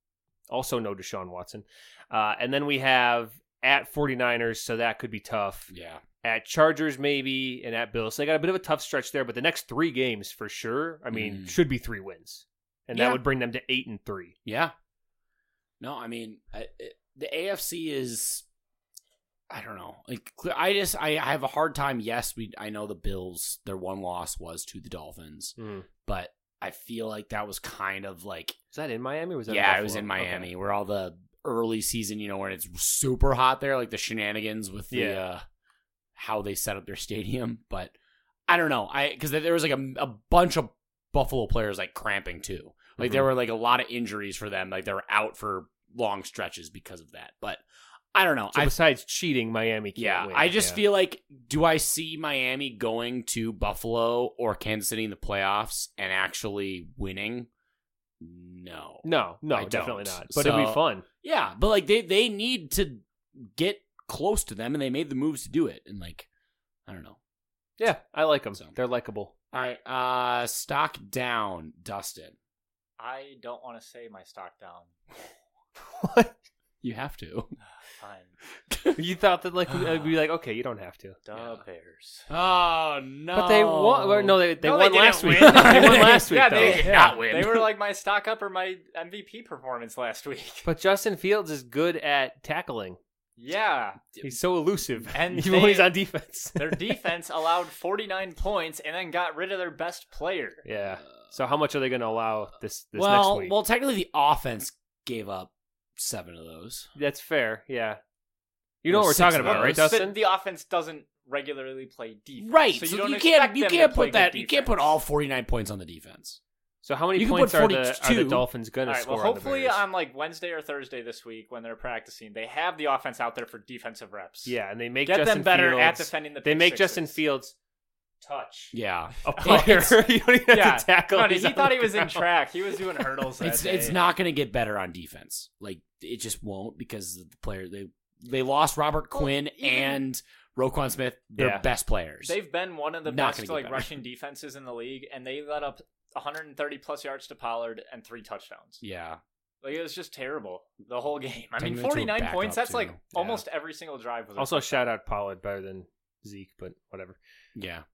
Also no Deshaun Watson. Uh, and then we have at 49ers, so that could be tough.
Yeah.
At Chargers, maybe, and at Bills. So they got a bit of a tough stretch there, but the next three games for sure, I mean,
Mm.
should be three wins. And
Yeah.
that would bring them to eight and three.
Yeah. No, I mean, I, it, the AFC is. I don't know. Like, cl- I just I, I have a hard time. Yes, we I know the Bills. Their one loss was to the Dolphins, but I feel like that was kind of like
Is that in Miami or was that
yeah, it
Buffalo?
was in
Okay.
Miami where all the early season, you know, when it's super hot there, like the shenanigans with the
Yeah.
uh, how they set up their stadium. But I don't know, I because there was like a, a bunch of Buffalo players like cramping too. Like there
Mhm.
were like a lot of injuries for them. Like they were out for long stretches because of that. But I don't know.
So
I
besides cheating, Miami can't
yeah,
win.
I just
Yeah.
feel like do I see Miami going to Buffalo or Kansas City in the playoffs and actually winning? No.
No, no,
I
definitely
don't.
not. But it'd
So-
be fun.
Yeah, but like they they need to get close to them, and they made the moves to do it. And like, I don't know.
Yeah, I like them.
So-
They're likable.
All right, uh, stock down, Dustin.
I don't want to say my stock down.
What?
You have to.
Fine,
you thought that like we'd be like, okay, you don't have to.
the
Yeah.
Bears.
Oh no!
But they won. Or no, they, they
No,
won
didn't
last week.
win.
they won last week.
Yeah,
though.
they did
Yeah.
not win.
They were like my stock up or my MVP performance last week.
But Justin Fields is good at tackling.
Yeah,
He's so elusive,
And
even when he's
they-
on defense.
their defense allowed 49 points and then got rid of their best player.
yeah. So how much are they going to allow this this
well,
next week?
well, technically the offense gave up seven of those.
That's fair. Yeah. You know what
There's
we're
six
talking
of
about, right,
those.
Dustin?
The offense doesn't regularly play defense,
Right,
So
so,
you,
you,
don't
can't
expect
you
them to
can't
play
put that
good
you can't put
defense.
all forty nine points on the defense.
So how many
You can put
points are the, are
42.
the Dolphins going
All
to
right.
score?
Well,
on the
hopefully um,
Bears?
on like Wednesday or Thursday this week when they're practicing, they have the offense out there for defensive reps.
Yeah, and they make
get
Justin
them better
Fields,
at defending the.
They
pick
make Justin
sixes.
Fields touch.
Yeah,
a
player.
you don't even have
Yeah.
to tackle.
No,
He's
he
on
thought
the
he was in
ground.
track. He was doing hurdles. that
it's it's
day.
not going to get better on defense. Like it just won't because the player they they lost Robert
Well,
Quinn
even-
and Roquan Smith, their
Yeah.
best players.
They've been one of the
Not gonna
best
get
like
better.
rushing defenses in the league, and they let up 130 plus yards to Pollard and three touchdowns.
yeah,
Like it was just terrible the whole game. I mean,
Taking it to a
49
backup,
points. That's like
too. Yeah.
almost every single drive was. a
Also,
touchdown.
shout out Pollard better than Zeke, but whatever.
yeah.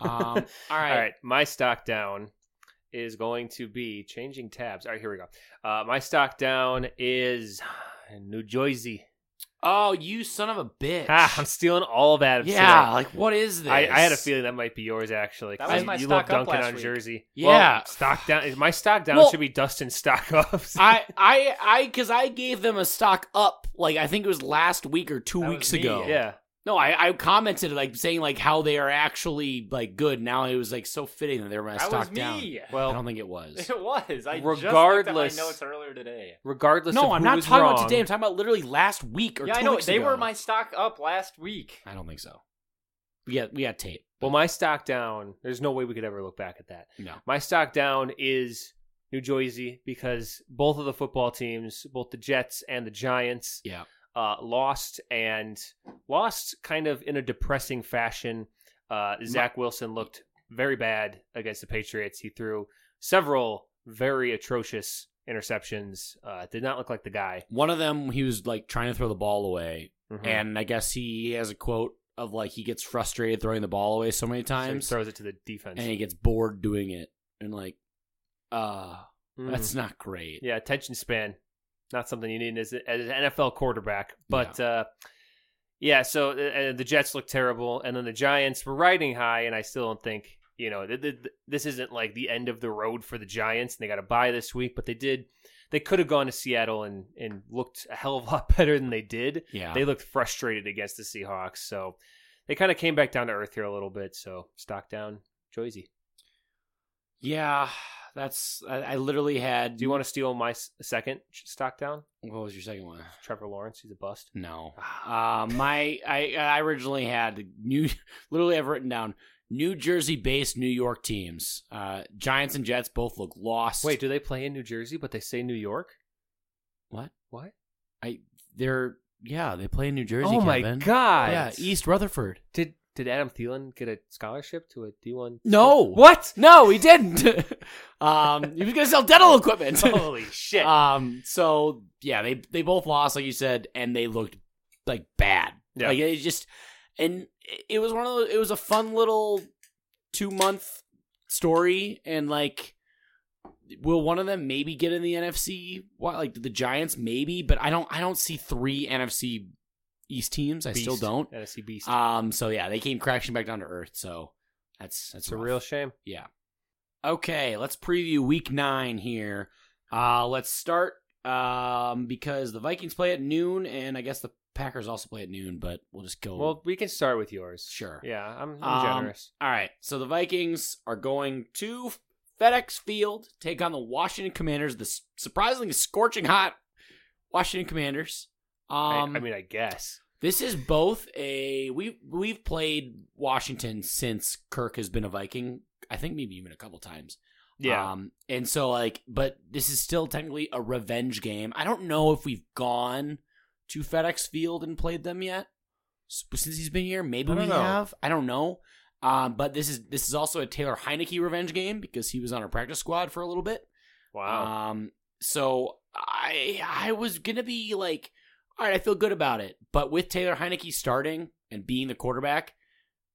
Um, all right,
All right, my stock down is going to be changing tabs. All right, here we go. Uh, my stock down is New Jersey.
Oh, you son of a bitch!
Ah, I'm stealing all that.
yeah, like what is this?
I, I had a feeling that might be yours actually. 'cause
That was
you-
my
you
stock
love
up
dunking
last
on
week.
Jersey.
Yeah.
Well, stock down. My stock down
Well-
should be Dustin stock ups.
I I I because I gave them a stock up. Like I think it was last week or two
That was
weeks
me,
ago.
yeah.
No, I, I commented like saying like how they are actually like good. Now it was like so fitting that they were my
that
stock
was
down.
me.
I
Well,
don't think it was.
It was. I just looked at my
Regardless-
notes earlier today.
regardless. of
No,
who
I'm not
was
talking about
wrong-
today. I'm talking about literally last week or
Yeah,
two
I know.
weeks
They
ago.
were my stock up last week.
I don't think so. We got we got tape.
Well, my stock down, there's no way we could ever look back at that.
No.
My stock down is New Jersey because both of the football teams, both the Jets and the Giants,
Yeah.
uh, lost and lost kind of in a depressing fashion. Uh, Zach Wilson looked very bad against the Patriots. He threw several very atrocious interceptions. Uh, did not look like the guy.
One of them, he was like trying to throw the ball away,
And
and I guess he has a quote of like he gets frustrated throwing the ball away so many
so he
times,
throws it to the defense.
and he gets bored doing it, and like, uh,
Mm.
that's not great.
Yeah, attention span, not something you need as, as an NFL quarterback. But uh, Yeah, so uh, the Jets look terrible, and then the Giants were riding high, and I still don't think you know th- th- this isn't like the end of the road for the Giants. And they got a bye this week, but they did they could have gone to Seattle and and looked a hell of a lot better than they did.
Yeah.
They looked frustrated against the Seahawks, so they kind of came back down to earth here a little bit. So stock down, Joyzy.
yeah. That's I, I literally had.
Do you want to steal my s- second stock down?
What was your second one?
Trevor Lawrence, he's a bust.
No. Uh, my I I originally had new literally I've written down New Jersey based New York teams. Uh, Giants and Jets both look lost.
Wait, do they play in New Jersey, but they say New York?
What?
What?
they're yeah they play in New Jersey.
oh my
Kevin.
god!
Yeah, East Rutherford.
Did did Adam Thielen get a scholarship to a D one?
No.
What?
No, he didn't. um, he was gonna sell dental equipment.
Holy shit!
um, so yeah, they they both lost, like you said, and they looked like bad.
Yeah.
Like it just, and it was one of those. It was a fun little two month story, and like, will one of them maybe get in the NFC? What like the Giants maybe, but I don't. I don't see three NFC East teams. I still
Beast.
don't.
NFC beast.
Um. So yeah, they came crashing back down to earth. So that's that's
it's a
rough.
real shame.
Okay, let's preview week nine here. Uh, let's start um, because the Vikings play at noon, and I guess the Packers also play at noon, but we'll just go.
Well, we can start with yours.
Sure.
Yeah, I'm, I'm
Um,
generous.
All right, so the Vikings are going to FedEx Field, to take on the Washington Commanders, the s- surprisingly scorching hot Washington Commanders.
I-
Um,
I, mean, I guess.
this is both a we we've played Washington since Kirk has been a Viking. I think maybe even a couple times.
Yeah.
Um, and so like, but this is still technically a revenge game. I don't know if we've gone to FedEx Field and played them yet S- since he's been here. Maybe
I don't
we
know.
have. I don't know. Um, but this is this is also a Taylor Heineke revenge game because he was on our practice squad for a little bit.
wow.
Um, so I I was gonna be like, all right, I feel good about it, but with Taylor Heineke starting and being the quarterback,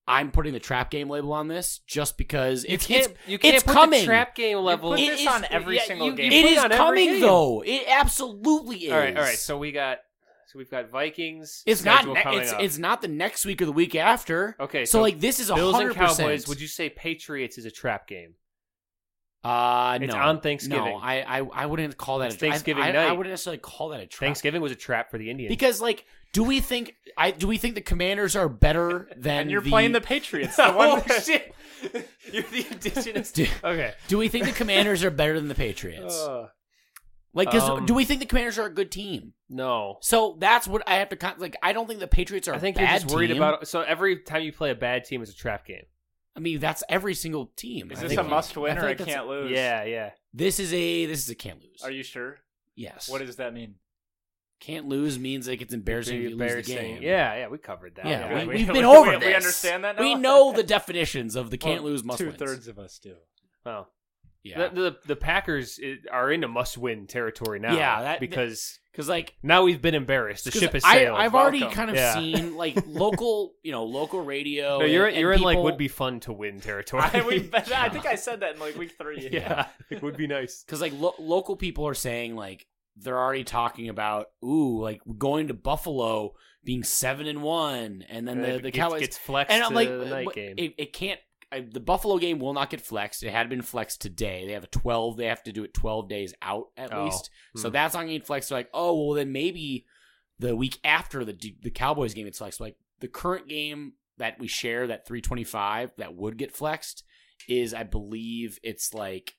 I'm putting the trap game label on this just because it's it's
you
it's coming.
trap game level.
put
It
this
is-
on every
yeah,
single
you-
game.
you-
it
put
is
on every
coming
game.
though. It absolutely is.
all right, all right. So we got so we've got Vikings.
it's not.
schedule
ne-
coming
it's
up.
it's not the next week or the week after.
okay.
so, like this is a
Bills and
hundred
Cowboys.
percent.
Would you say Patriots is a trap game?
Uh, no.
It's on Thanksgiving.
No, I I, I wouldn't call that
It's
a tra- I-
Thanksgiving
I, I,
night.
wouldn't necessarily call that a trap.
Thanksgiving was a trap for the Indians.
because like, do we think I do we think the Commanders are better than
And you're
the,
playing the Patriots. The one
oh shit! You're the indigenous.
Do,
okay.
do we think the Commanders are better than the Patriots?
Uh,
like, 'cause
um,
do we think the Commanders are a good team?
no.
So that's what I have to con- like. I don't think the Patriots are.
I think
a
you're
bad
just worried
team.
about. So every time you play a bad team, it's a trap game.
I mean, that's every single team.
Is
I
this
think-
a must win
I
or a
think that's-
can't lose?
Yeah, yeah.
This is a this is a can't lose.
Are you sure?
yes.
What does that mean?
can't lose means like it's embarrassing. if you lose the
Embarrassing.
game.
Yeah, yeah. We covered that.
Yeah,
Okay,
we,
we-
we've
we-
been
we-
over
we
this.
understand that now?
We know the definitions of the can't
Well,
lose must
Two
wins.
thirds of us do.
Wow.
Yeah,
The, the the Packers i- are into must win territory now.
Yeah, that-
because
because like
now we've been embarrassed. The
'cause
ship has
I,
sailed.
I've already
Welcome.
kind of
Yeah.
seen like local, you know, local radio.
no, you're
and- and
you're in like
people-
would be fun to win territory.
I, we, I think I said that in like week three.
yeah, it would be nice.
because like lo- local people are saying like they're already talking about ooh like going to Buffalo being seven and one, and then the
It
the
gets,
Cowboys
gets flexed
and I'm
to
like
the night
what-
game.
It, it can't. I, the Buffalo game will not get flexed. It had been flexed today. They have a twelve. They have to do it twelve days out at
Oh,
least. So
hmm.
that's not getting flexed. They're like, oh well, then maybe the week after the D- the Cowboys game, it's flexed. Like the current game that we share, that three twenty five, that would get flexed is, I believe, it's like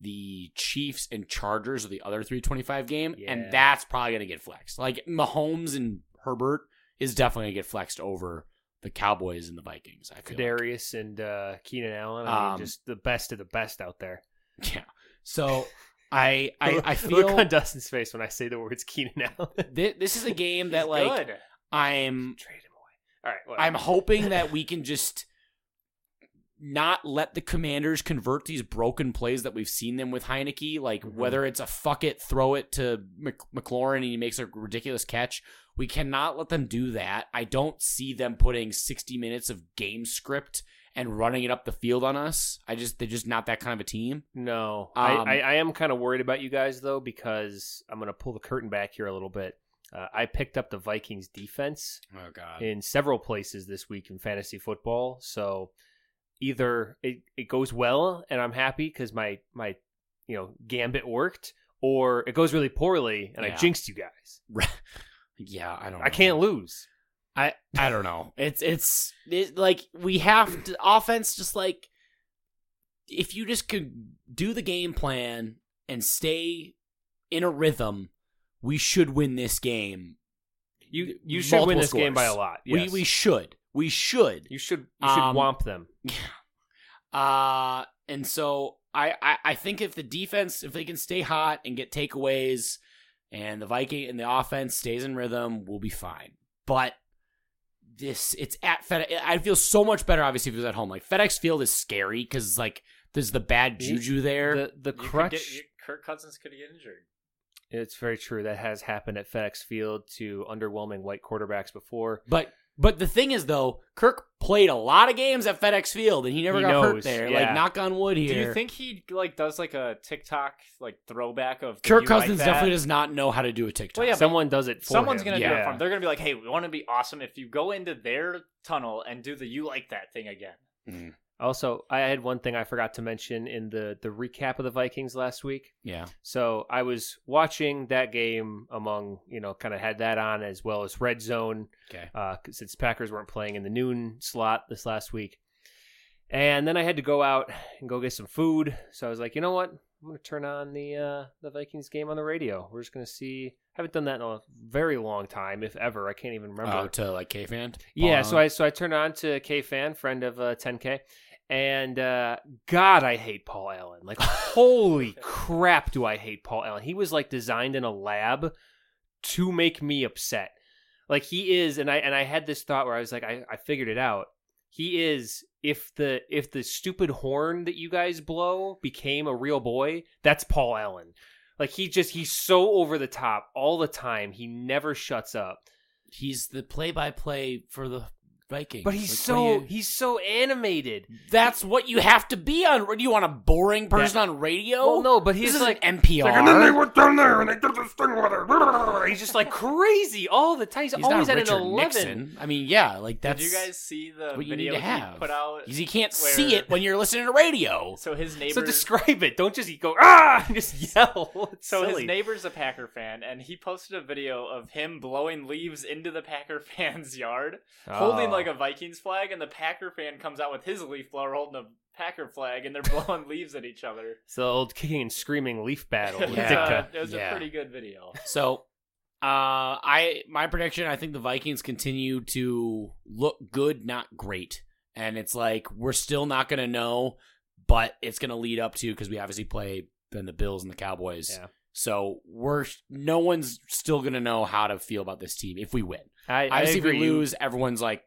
the Chiefs and Chargers are the other three twenty five game,
Yeah.
and that's probably gonna get flexed. Like Mahomes and Herbert is definitely gonna get flexed over the Cowboys and the Vikings. I feel like.
Kadarius and uh, Keenan Allen, I mean,
Um,
just the best of the best out there.
yeah. So I I, I
look on
feel
Dustin's face when I say the words Keenan Allen.
thi- this is a game that like
good.
I'm
Trade him away. All right, whatever.
I'm hoping that we can just not let the commanders convert these broken plays that we've seen them with Heineke. Like
Mhm.
whether it's a fuck it, throw it to Mc- McLaurin and he makes a ridiculous catch. We cannot let them do that. I don't see them putting 60 minutes of game script and running it up the field on us. I just they're just not that kind of a team.
No,
Um,
I, I, I am kind of worried about you guys though because I'm gonna pull the curtain back here a little bit. Uh, I picked up the Vikings defense
Oh God.
in several places this week in fantasy football. So either it, it goes well and I'm happy because my my you know gambit worked, or it goes really poorly and I
Yeah. Oh.
jinxed you guys.
yeah, I don't. Know.
I can't lose.
I I don't know. It's it's it, like we have to, offense. Just like if you just could do the game plan and stay in a rhythm, we should win this game.
You you should win
Multiple
this game by a
scores.
lot.
We
yes.
we should we should
you should you should
Um,
womp them.
Uh, and so I, I, I think if the defense, if they can stay hot and get takeaways and the Viking and the offense stays in rhythm, we'll be fine. But this, it's at FedEx. I feel so much better, obviously, if it was at home. Like FedEx Field is scary because, like, there's the bad
You-
juju there.
The the
You could
crutch.
get- you- Kirk Cousins could get injured.
It's very true. That has happened at FedEx Field to underwhelming white quarterbacks before.
but but the thing is, though, Kirk played a lot of games at FedEx Field and he never
He
got hurt
knows,
there.
yeah.
Like, knock on wood here.
Do you think he like does like a TikTok like throwback of
Kirk
you like
Cousins
that?
definitely does not know how to do a TikTok?
Well, yeah, but
Someone does it for
Someone's
him.
gonna do it
yeah.
for him. They're gonna be like, "Hey, we want to be awesome if you go into their tunnel and do the you like that thing again."
Also, I had one thing I forgot to mention in the the recap of the Vikings last week.
yeah.
So I was watching that game among you know kind of had that on as well as Red Zone
Okay.
uh, since Packers weren't playing in the noon slot this last week. And then I had to go out and go get some food, so I was like, you know what? I'm gonna turn on the uh, the Vikings game on the radio. We're just gonna see. I haven't done that in a very long time, if ever. I can't even remember.
Oh, to like K fan.
Yeah,
Um,
so I so I turned on to K fan friend of uh, 10K, and uh, God, I hate Paul Allen. Like, holy crap, do I hate Paul Allen? He was like designed in a lab to make me upset. Like he is, and I and I had this thought where I was like, I, I figured it out. He is if the if the stupid horn that you guys blow became a real boy, that's Paul Allen. Like he just he's so over the top all the time. He never shuts up.
he's the play-by-play for the Vikings.
But he's
Like,
so
what do you-
he's so animated.
that's what you have to be on. What, Do you want a boring person on radio?
Well, no, but
this
he's
is
like
an NPR.
went down there and they did this thing with it.
he's just like crazy all the time. He's,
he's
always
not
at
Richard
an eleven.
Nixon. I mean, yeah, like that's
Did you guys see the
what you need
video
to
he
have.
put out?
'Cause you can't
where-
see it when you're listening to radio.
So his neighbor.
So describe it. Don't just go ah, and just yell. It's
so
silly.
his neighbor's a Packer fan, and he posted a video of him blowing leaves into the Packer fan's yard,
Oh.
holding
Ah.
like a Vikings flag, and the Packer fan comes out with his leaf blower holding a Packer flag, and they're blowing leaves at each other.
it's the old kicking and screaming leaf battle.
It was,
Yeah.
uh,
Ditka.
it was
Yeah.
a pretty good video.
So, uh, I my prediction. I think the Vikings continue to look good, not great, and it's like we're still not going to know, but it's going to lead up to because we obviously play then the Bills and the Cowboys.
Yeah.
So we're no one's still going to know how to feel about this team if we win.
I, I
Obviously, if
agree.
we lose, everyone's like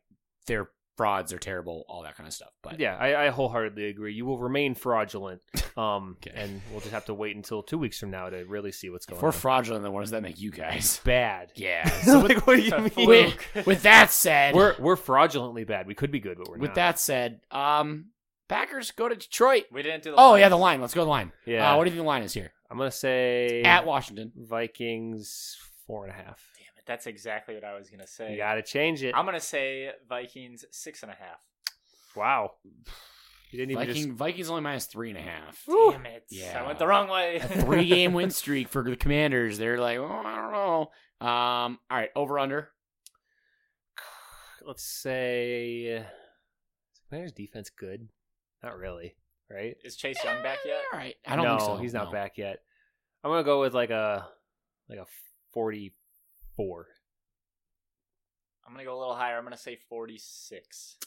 they're frauds, they're terrible, all that kind of stuff. But
Yeah, I, I wholeheartedly agree. You will remain fraudulent, um,
Okay.
and we'll just have to wait until two weeks from now to really see what's going
if we're
on.
fraudulent, then what does that make you guys?
bad.
Yeah. So with,
like, what do you
Tough
mean?
with, with that said,
We're we're fraudulently bad. We could be good, but we're
with
not.
that said, um, Packers go to Detroit.
We didn't do the.
Oh yeah,
lines.
the line. Let's go to the line.
Yeah.
Uh, what do you think the line is here?
I'm gonna say
At Washington.
Vikings four and a half.
Damn it, that's exactly what I was gonna say.
You gotta change it.
I'm gonna say Vikings six and a half.
wow. You didn't even
Viking, Vikings only minus three and a half.
Woo.
Damn it!
Yeah.
I went the wrong way.
A three game win streak for the Commanders. They're like, oh, I don't know. Um, all right, over under.
just let's say uh, is the Commanders defense good? Not really, right?
Is Chase Young back yet?
All right, I don't
no,
think so.
he's not
No.
back yet. I'm gonna go with like a like a forty four.
I'm gonna go a little higher. I'm gonna say 46.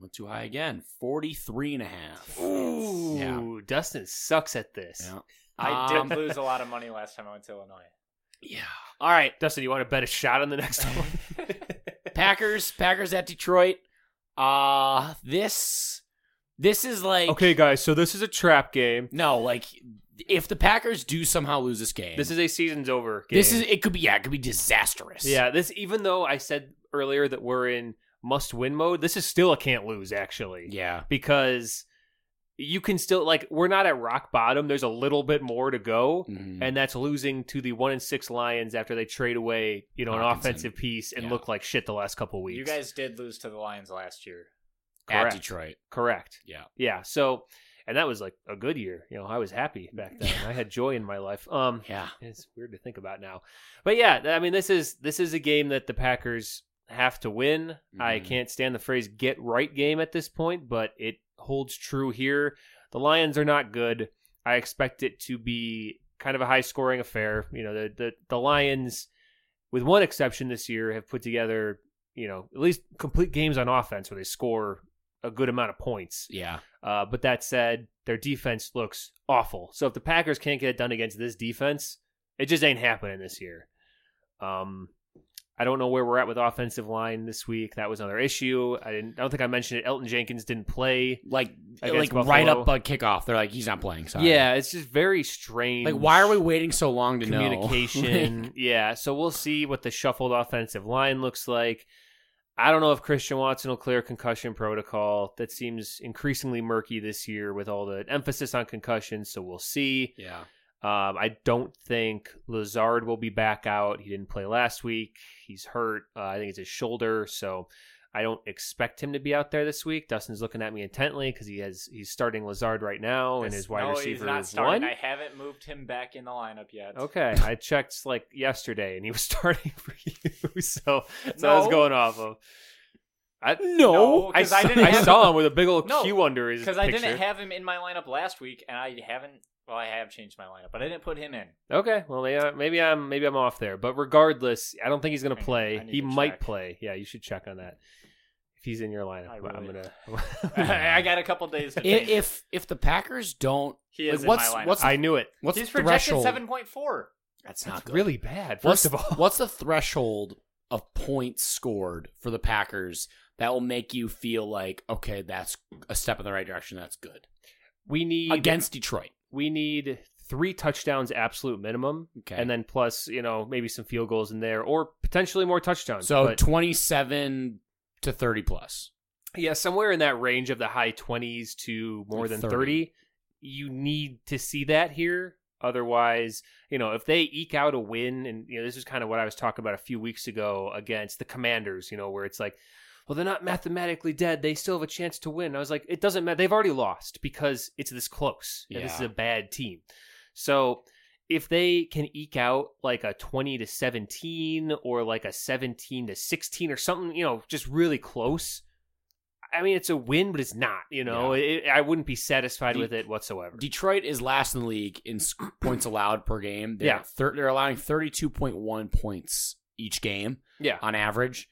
Went too high again. 43 and a half.
Ooh,
Yeah.
Dustin sucks at this.
Yeah.
I
Um,
did lose a lot of money last time I went to Illinois.
Yeah. All right.
Dustin, you want to bet a shot on the next one?
Packers, Packers at Detroit. Uh this this is like
okay, guys. So this is a trap game.
No, like if the Packers do somehow lose this game.
This is a season's over. Game.
this is it could be yeah, it could be disastrous.
Yeah, this even though I said earlier that we're in must win mode, this is still a can't lose actually.
Yeah.
Because you can still like we're not at rock bottom. There's a little bit more to go,
Mhm.
and that's losing to the one and six Lions after they trade away you know an
Hawkinson.
offensive piece and
Yeah.
look like shit the last couple weeks.
You guys did lose to the Lions last year.
at
correct.
Detroit.
Correct.
Yeah.
Yeah. So, and that was like a good year. You know, I was happy back then. I had joy in my life. Um,
Yeah.
it's weird to think about now, but yeah, I mean, this is this is a game that the Packers have to win. I
Mhm.
can't stand the phrase "get right" game at this point, but it holds true here. The Lions are not good. I expect it to be kind of a high scoring affair. You know, the the, the Lions, with one exception this year, have put together you know at least complete games on offense where they score a good amount of points.
Yeah.
Uh, but that said, their defense looks awful. So if the Packers can't get it done against this defense, it just ain't happening this year. Um, I don't know where we're at with offensive line this week. That was another issue. I didn't. I don't think I mentioned it. Elton Jenkins didn't play.
Like like
Against
right
Buffalo.
up a kickoff. They're like, he's not playing. Sorry.
Yeah, it's just very strange.
Like, why are we waiting so long to know?
communication? yeah. So we'll see what the shuffled offensive line looks like. I don't know if Christian Watson will clear concussion protocol. That seems increasingly murky this year with all the emphasis on concussions. So we'll see.
yeah.
Um, I don't think Lazard will be back out. He didn't play last week. He's hurt. Uh, I think it's his shoulder, so I don't expect him to be out there this week. Dustin's looking at me intently because he has he's starting Lazard right now, and his wide
no,
receiver
he's not
is
starting.
one.
I haven't moved him back in the lineup yet.
Okay, I checked like yesterday, and he was starting for you, so so I was
No.
going off of. I,
No,
I,
'cause I
saw-
didn't have-
saw him with a big old
No,
Q under his
Because I
picture.
didn't have him in my lineup last week, and I haven't. Well, I have changed my lineup, but I didn't put him in.
Okay, well maybe, I- maybe I'm maybe I'm off there, but regardless, I don't think he's going
I
to
need-
play.
I need
He
to
might
check.
play. Yeah, you should check on that. If he's in your lineup,
I
but I'm
really-
gonna.
I got a couple days to.
if,
change.
if if the Packers don't,
he is
like,
in
what's-
my lineup,
what's-
I knew it.
what's
he's
the
projected
threshold?
seven point four.
That's
That's
not good.
really bad.
What's,
First of all,
what's the threshold of points scored for the Packers that will make you feel like okay, that's a step in the right direction. That's good
we need
against Detroit.
we need three touchdowns absolute minimum,
Okay,
and then plus you know maybe some field goals in there or potentially more touchdowns.
so
but,
twenty-seven to thirty plus.
yeah, somewhere in that range of the high twenties to more
Like
than
30.
thirty. You need to see that here. Otherwise, you know, if they eke out a win, and you know, this is kind of what I was talking about a few weeks ago against the Commanders, you know, where it's like, well, they're not mathematically dead; they still have a chance to win. I was like, it doesn't matter; they've already lost because it's this close, and this
Yeah.
is a bad team. So, if they can eke out like a twenty to seventeen, or like a seventeen to sixteen, or something, you know, just really close. I mean, it's a win, but it's not. You know, it, I wouldn't be satisfied
Do-
with it whatsoever.
Detroit is last in the league in s- points allowed per game. They're
Yeah.
thir- they're allowing thirty-two point one points each game
yeah,
on average.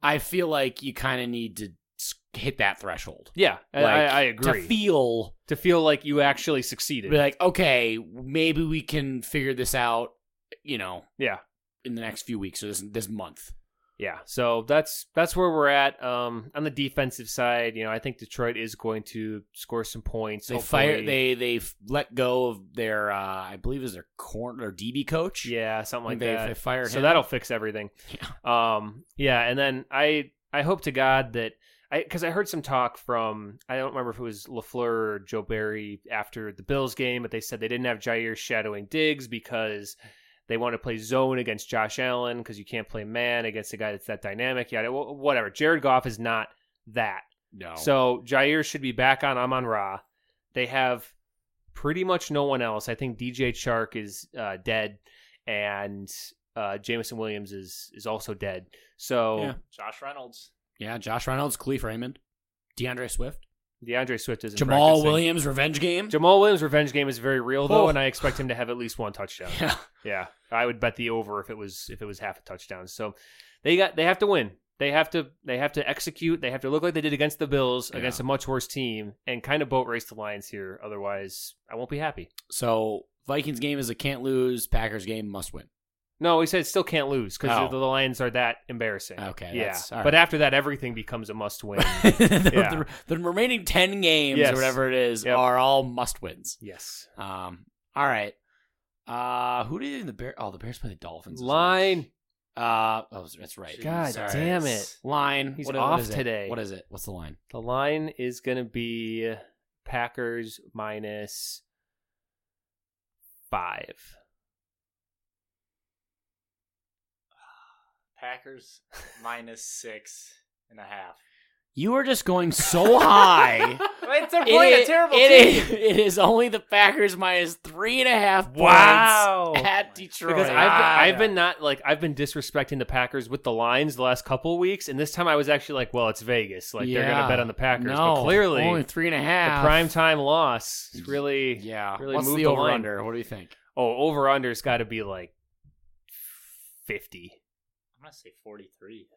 I feel like you kind of need to s- hit that threshold.
Yeah, I,
Like,
I, I
to
agree. To,
feel
feel like you actually succeeded.
be like, okay, maybe we can figure this out, you know,
Yeah.
in the next few weeks or this this month.
Yeah, so that's that's where we're at. Um, on the defensive side, you know, I think Detroit is going to score some points.
They
hopefully.
fire they they've let go of their uh I believe is their corner or DB coach.
yeah,
I
something like
think they,
that.
they fired
so
him.
that'll fix everything. Yeah. Um, yeah, and then I I hope to God that I because I heard some talk from I don't remember if it was Lafleur or Joe Barry after the Bills game, but they said they didn't have Jair shadowing Diggs because they want to play zone against Josh Allen because you can't play man against a guy that's that dynamic. Yeah, whatever. Jared Goff is not that.
no.
So Jair should be back on Amon Ra. They have pretty much no one else. I think DJ Chark is uh, dead, and uh, Jamison Williams is is also dead. So
Josh Reynolds.
yeah, Josh Reynolds, Khalif Raymond, DeAndre Swift,
DeAndre Swift is
Jamal Williams revenge game.
Jamal Williams' revenge game is very real though,
Oh.
and I expect him to have at least one touchdown.
yeah.
Yeah, I would bet the over if it was if it was half a touchdown. So they got they have to win. They have to they have to execute. They have to look like they did against the Bills,
Yeah.
against a much worse team, and kind of boat race the Lions here. Otherwise, I won't be happy.
So Vikings game is a can't lose, Packers game must win.
No, he said still can't lose because
Oh.
the, the Lions are that embarrassing.
Okay,
yeah.
that's- all right.
But after that, everything becomes a must win.
the,
Yeah.
the, the remaining 10 games
Yes.
or whatever it is
Yep.
are all must wins.
yes.
Um, all right. Uh, who did the Bear? Oh, the Bears play the Dolphins. this
Line.
week. Uh, oh, that's right.
God
Sorry.
damn it.
Line.
He's
is-
off
is it?
today.
What is it? What's the line?
The line is going to be Packers minus five.
Packers minus six and a half.
You are just going so high.
It's a playing
It-
a terrible
it
team.
is- it is only the Packers minus three and a half
Wow.
points at Detroit.
Because I've been, I've been not like I've been disrespecting the Packers with the lines the last couple weeks, and this time I was actually like, well, it's Vegas, like they're
Yeah.
gonna bet on the Packers,
no,
but clearly
only three and a
the
half.
prime time loss is really
yeah.
really
What's
moved
the
the
over
line.
under? What do you think?
oh over under's got to be like fifty.
I'm gonna say 43.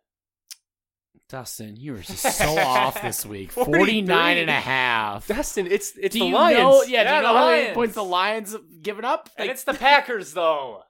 Dustin, you were just so off this week. 49 and a half.
Dustin, it's it's
do
the
you
Lions.
know? Yeah, do
Yeah,
you know
the
how many
Lions.
points the Lions have given up?
And
Like,
it's the Packers though.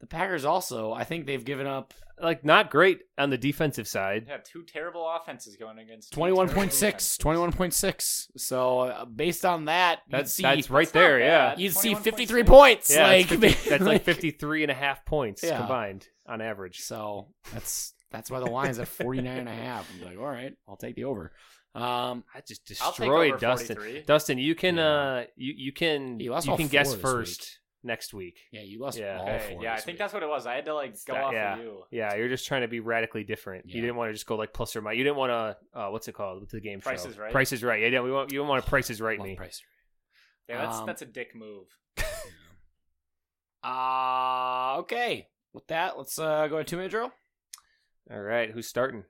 the Packers also. I think they've given up
like not great on the defensive side.
They have two terrible offenses going against two terrible
21.6 21.6 so uh, based on that you'd
That's
see,
that's right
not
there.
bad.
you'd see
21.6.
53 points
Yeah,
like
that's 50 that's like 53 and a half points
Yeah.
combined on average.
so that's that's why the lines at 49 and a half i'm like all right i'll take the over um
I just
I'll take
destroyed
over
Dustin.
43.
Dustin, you can
Yeah.
uh you you can
He lost
you
all
can
four
guess
this
first next week.
yeah you lost
Yeah.
all
Okay,
four
yeah, I
this
think
week.
that's what it was. I had to like go
that-
off
yeah.
of you.
Yeah, you're just trying to be radically different. You
Yeah.
didn't want to just go like plus or minus. You didn't want to uh what's it called with the game
Price
show?
is Right.
Price is right. Yeah, yeah, we want you don't want to prices right
Love
me.
Price.
Yeah, that's
Um,
that's a dick move.
uh okay with that let's uh go to two minute drill
All right, who's starting?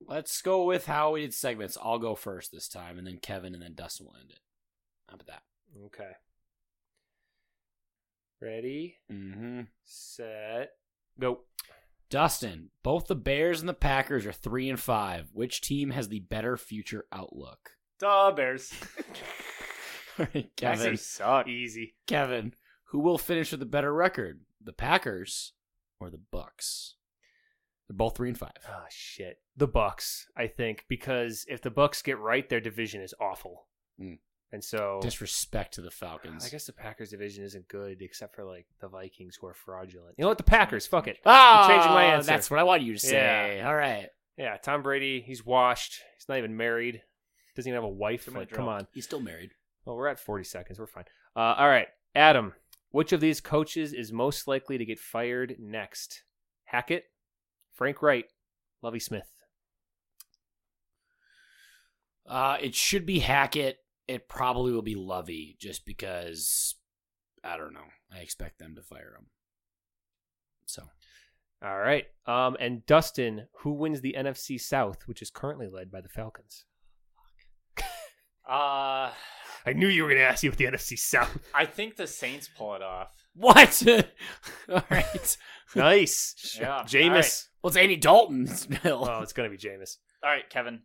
let's go with how we did segments i'll go first this time and then kevin and then dustin will end it how about that
Okay. Ready,
mm-hmm
set, go.
Dustin, both the Bears and the Packers are three and five. Which team has the better future outlook?
Duh, Bears.
All right, Kevin,
Packers suck. Easy.
Kevin, who will finish with a better record, the Packers or the Bucks? They're both three and five.
Oh shit. The Bucks, I think, because if the Bucks get right, their division is awful.
Mm.
And so
Disrespect to the
I
Falcons.
guess the Packers division isn't good except for like the Vikings who are fraudulent. You know what? The Packers, fuck it.
Ah,
You're changing my answer.
That's what I wanted you to say. All right,
Yeah, Tom Brady, he's washed. He's not even married. Doesn't even have a wife.
Too many
Like, come
drugs.
on.
he's still married.
Well, we're at 40 seconds. We're fine. Uh, all right, Adam. Which of these coaches is most likely to get fired next? Hackett, Frank Wright, Lovey Smith.
Uh, it should be Hackett. It probably will be Lovey, just because I don't know. I expect them to fire him. So
All right. Um, and Dustin, who wins the NFC South, which is currently led by the Falcons?
Uh,
I knew you were going to ask you with the NFC South.
I think the Saints pull it off.
What? All right.
nice.
Yeah.
Jameis.
Well, it's Andy Dalton's bill.
Oh, it's going to be Jameis.
All right, Kevin.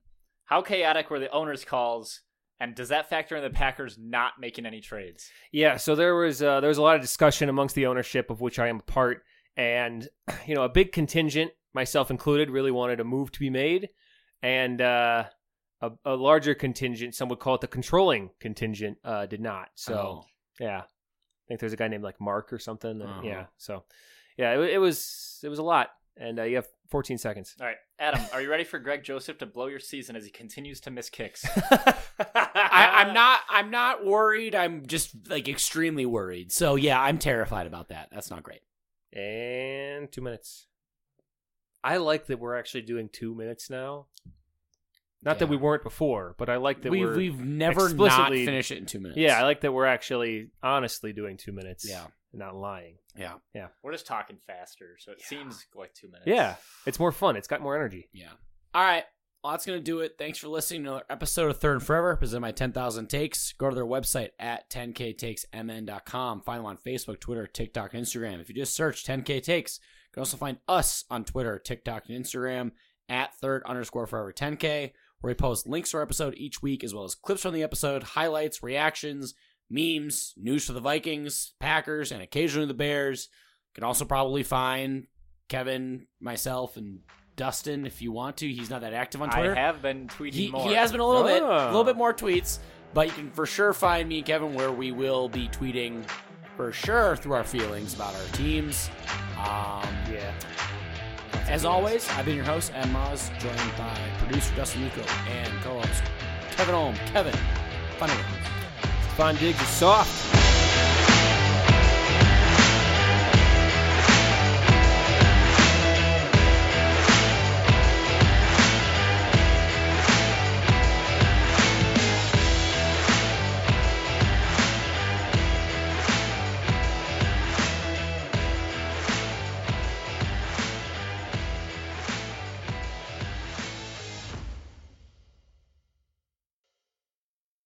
How chaotic were the owners' calls, and does that factor in the Packers not making any trades?
Yeah, so there was uh, there was a lot of discussion amongst the ownership of which I am a part, and you know a big contingent, myself included, really wanted a move to be made, and uh, a, a larger contingent, some would call it the controlling contingent, uh, did not.
Oh.
So yeah, I think there's a guy named like Mark or something.
Uh-huh.
Yeah, so yeah, it, wa- it was it was a lot, and uh, you have 14 seconds.
All right, Adam, are you ready for Greg Joseph to blow your season as he continues to miss kicks?
I,
Uh,
I'm not. I'm not worried. I'm just like extremely worried. So yeah, I'm terrified about that. That's not great.
And two minutes. I like that we're actually doing two minutes now. Not that
Yeah.
we weren't before, but I like that
we
we're.
we've never not
explicitly-
finished it in two minutes.
yeah, I like that we're actually honestly doing two minutes.
Yeah.
Not lying.
yeah,
We're just talking faster, so it seems like two minutes.
Yeah. It's more fun. It's got more energy.
yeah. All right. Well, that's gonna do it. Thanks for listening to another episode of Third and Forever. Presented by Ten Thousand Takes. Go to their website at 10ktakesmn.com. Find them on Facebook, Twitter, TikTok, and Instagram. If you just search 10k takes, you can also find us on Twitter, TikTok, and Instagram at third underscore forever 10k, where we post links to our episode each week, as well as clips from the episode, highlights, reactions, memes, news for the Vikings, Packers, and occasionally the Bears. You can also probably find Kevin, myself, and Dustin if you want to. He's not that active on Twitter.
I have been tweeting
he,
more.
he has been a little bit, a
Ah.
little bit more tweets, but you can for sure find me, Kevin, where we will be tweeting for sure through our feelings about our teams. Um,
Yeah.
as always, I've been your host, Ed Moz, joined by producer Dustin Nico and co host Kevin Ohm. Kevin, Fun.
Von Diggs is soft.